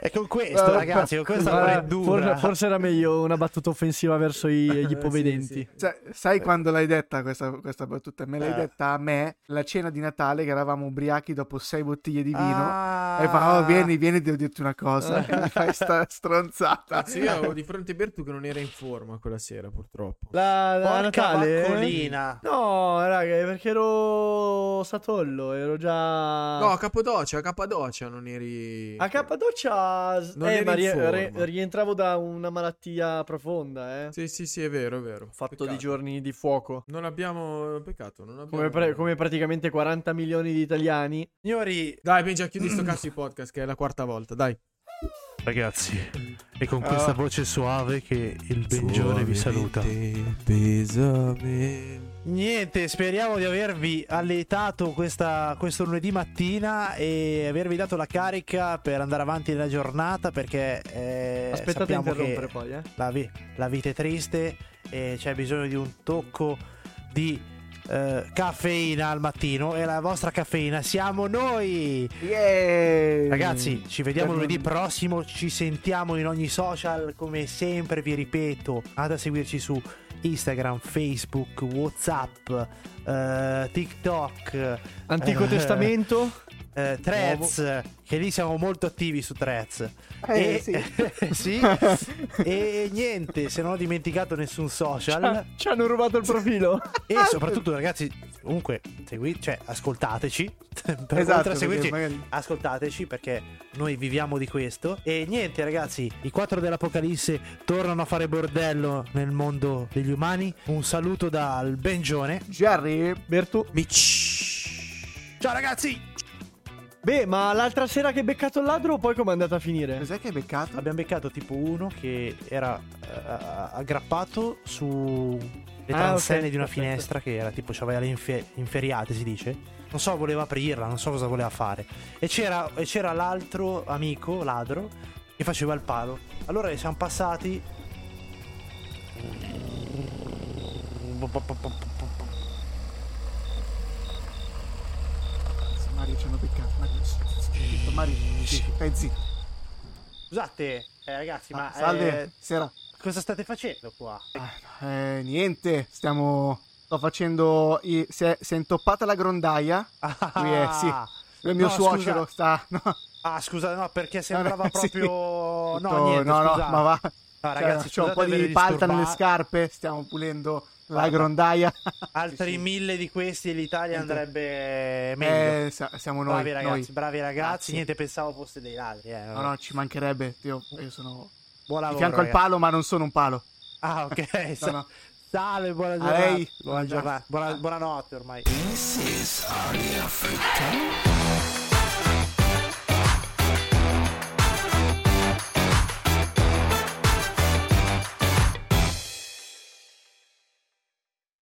Speaker 1: e con questo,
Speaker 2: Vabbè.
Speaker 1: ragazzi,
Speaker 2: [LAUGHS]
Speaker 1: con questa
Speaker 4: Guarda,
Speaker 1: pure dura.
Speaker 4: Eh, forse, forse era meglio una battuta offensiva verso
Speaker 2: [LAUGHS]
Speaker 4: i- gli ipovedenti.
Speaker 3: Eh, sì, sì.
Speaker 2: Cioè, sai quando l'hai detta questa, questa battuta? Me l'hai
Speaker 1: Eh.
Speaker 2: detta a me, la cena di Natale, che eravamo ubriachi dopo sei bottiglie di vino.
Speaker 1: Ah.
Speaker 2: E fa, oh, vieni, vieni, devo dirti
Speaker 1: [LAUGHS]
Speaker 2: una cosa. [LAUGHS] E mi fai sta stronzata.
Speaker 3: Cazzo, Ah,
Speaker 2: [LAUGHS]
Speaker 3: io avevo di fronte Bertu che non era in forma quella sera, purtroppo.
Speaker 4: La, la
Speaker 1: Porca
Speaker 4: Natale? eh?
Speaker 1: vaccolina.
Speaker 4: No, raga, è perché ero satollo, ero già...
Speaker 3: No, a Capodocia, a Capadocia non eri...
Speaker 4: A Cappadocia s-
Speaker 3: Non
Speaker 4: eh,
Speaker 3: eri
Speaker 4: ma
Speaker 3: in
Speaker 4: rie-
Speaker 3: forma.
Speaker 4: re- rientravo da una malattia profonda, eh.
Speaker 3: Sì, sì, sì, è vero, è vero.
Speaker 4: Fatto
Speaker 3: Peccato.
Speaker 4: di giorni di fuoco.
Speaker 3: Non abbiamo... Peccato, non abbiamo...
Speaker 4: Come, pre- come praticamente 40 milioni di italiani.
Speaker 1: Signori,
Speaker 3: Dai, Benja, chiudi sto cazzo di podcast che è la quarta volta, dai.
Speaker 1: ragazzi, e con
Speaker 2: questa
Speaker 1: voce suave che il
Speaker 3: Pesamente.
Speaker 1: Niente, speriamo di avervi alletato questa, questo lunedì mattina e avervi dato la carica per andare avanti nella giornata perché eh,
Speaker 4: Aspettate a
Speaker 1: sappiamo
Speaker 4: interrompere
Speaker 1: che
Speaker 4: poi, eh.
Speaker 1: la, vi- la vita è triste e c'è bisogno di un tocco di eh, caffeina al mattino e la vostra caffeina siamo noi!
Speaker 2: Yeah!
Speaker 1: Ragazzi, ci vediamo
Speaker 4: per-
Speaker 1: lunedì prossimo, ci sentiamo in ogni social, come sempre vi ripeto, andate a seguirci su Instagram, Facebook, Whatsapp, eh, TikTok,
Speaker 4: Antico
Speaker 1: Eh.
Speaker 4: Testamento.
Speaker 1: [LAUGHS] eh, Threads, che lì siamo molto attivi su Threads.
Speaker 2: Eh,
Speaker 1: [LAUGHS] e,
Speaker 2: sì.
Speaker 1: sì. e niente, se non ho dimenticato nessun social.
Speaker 3: [LAUGHS]
Speaker 4: Ah, Ci hanno rubato il profilo.
Speaker 1: E
Speaker 2: Ah,
Speaker 1: soprattutto ragazzi, comunque, segui- cioè, ascoltateci, [LAUGHS] per oltre
Speaker 2: Esatto,
Speaker 1: a seguirci,
Speaker 2: perché magari-
Speaker 1: ascoltateci perché noi viviamo di questo. E niente, ragazzi, i quattro dell'Apocalisse tornano a fare bordello nel mondo degli umani. Un saluto dal Bengione.
Speaker 2: Jerry,
Speaker 4: Bertu.
Speaker 1: Ciao ragazzi!
Speaker 4: Beh, ma l'altra sera che hai beccato il ladro, poi com'è andata a finire?
Speaker 2: cos'è che hai beccato?
Speaker 1: Abbiamo beccato tipo uno che era eh, aggrappato su le
Speaker 4: Ah,
Speaker 1: transenne
Speaker 4: ok,
Speaker 1: di una
Speaker 4: perfetto.
Speaker 1: finestra che era tipo c'aveva le infe- inferiate si dice non so voleva aprirla non so cosa voleva fare e c'era, e c'era l'altro amico ladro che faceva il palo allora siamo passati
Speaker 2: Sì, Mario ci hanno beccato. Mario, zitto, Mario, zitto, stai zitto.
Speaker 1: scusate eh, ragazzi ma
Speaker 2: Salve,
Speaker 1: eh,
Speaker 2: sera.
Speaker 1: cosa state facendo qua
Speaker 2: Eh, niente, stiamo... Sto facendo... i- Si è, si è intoppata la grondaia. Qui è, sì. Il mio
Speaker 1: Ah. No,
Speaker 2: suocero sta... No,
Speaker 1: ah scusa no perché [LAUGHS] sembrava
Speaker 2: [LAUGHS] sì.
Speaker 1: proprio no
Speaker 2: tutto-
Speaker 1: niente
Speaker 2: no, no,
Speaker 1: scusate.
Speaker 2: ma va.
Speaker 1: No,
Speaker 2: Cioè,
Speaker 1: ragazzi,
Speaker 2: c'è un
Speaker 1: scusate
Speaker 2: po' di
Speaker 1: avervi
Speaker 2: palta nelle
Speaker 1: disturbato.
Speaker 2: scarpe, stiamo pulendo la grondaia.
Speaker 1: Altri
Speaker 2: Sì, sì.
Speaker 1: mille di questi e l'Italia
Speaker 2: Niente.
Speaker 1: andrebbe meglio.
Speaker 2: Eh, sa- siamo noi.
Speaker 1: bravi ragazzi,
Speaker 2: noi.
Speaker 1: bravi ragazzi.
Speaker 2: Grazie.
Speaker 1: Niente, pensavo fosse dei ladri. eh.
Speaker 2: No, no, ci mancherebbe. Io, io sono
Speaker 1: Buon
Speaker 2: di
Speaker 1: lavoro.
Speaker 2: fianco al
Speaker 1: ragazzi.
Speaker 2: palo, ma non sono un palo.
Speaker 1: Ah, ok.
Speaker 2: [LAUGHS] No, no.
Speaker 1: Salve, buona
Speaker 2: A
Speaker 1: giornata.
Speaker 2: lei.
Speaker 1: Buona giornata. Buona- buonanotte ormai.
Speaker 5: This is Aria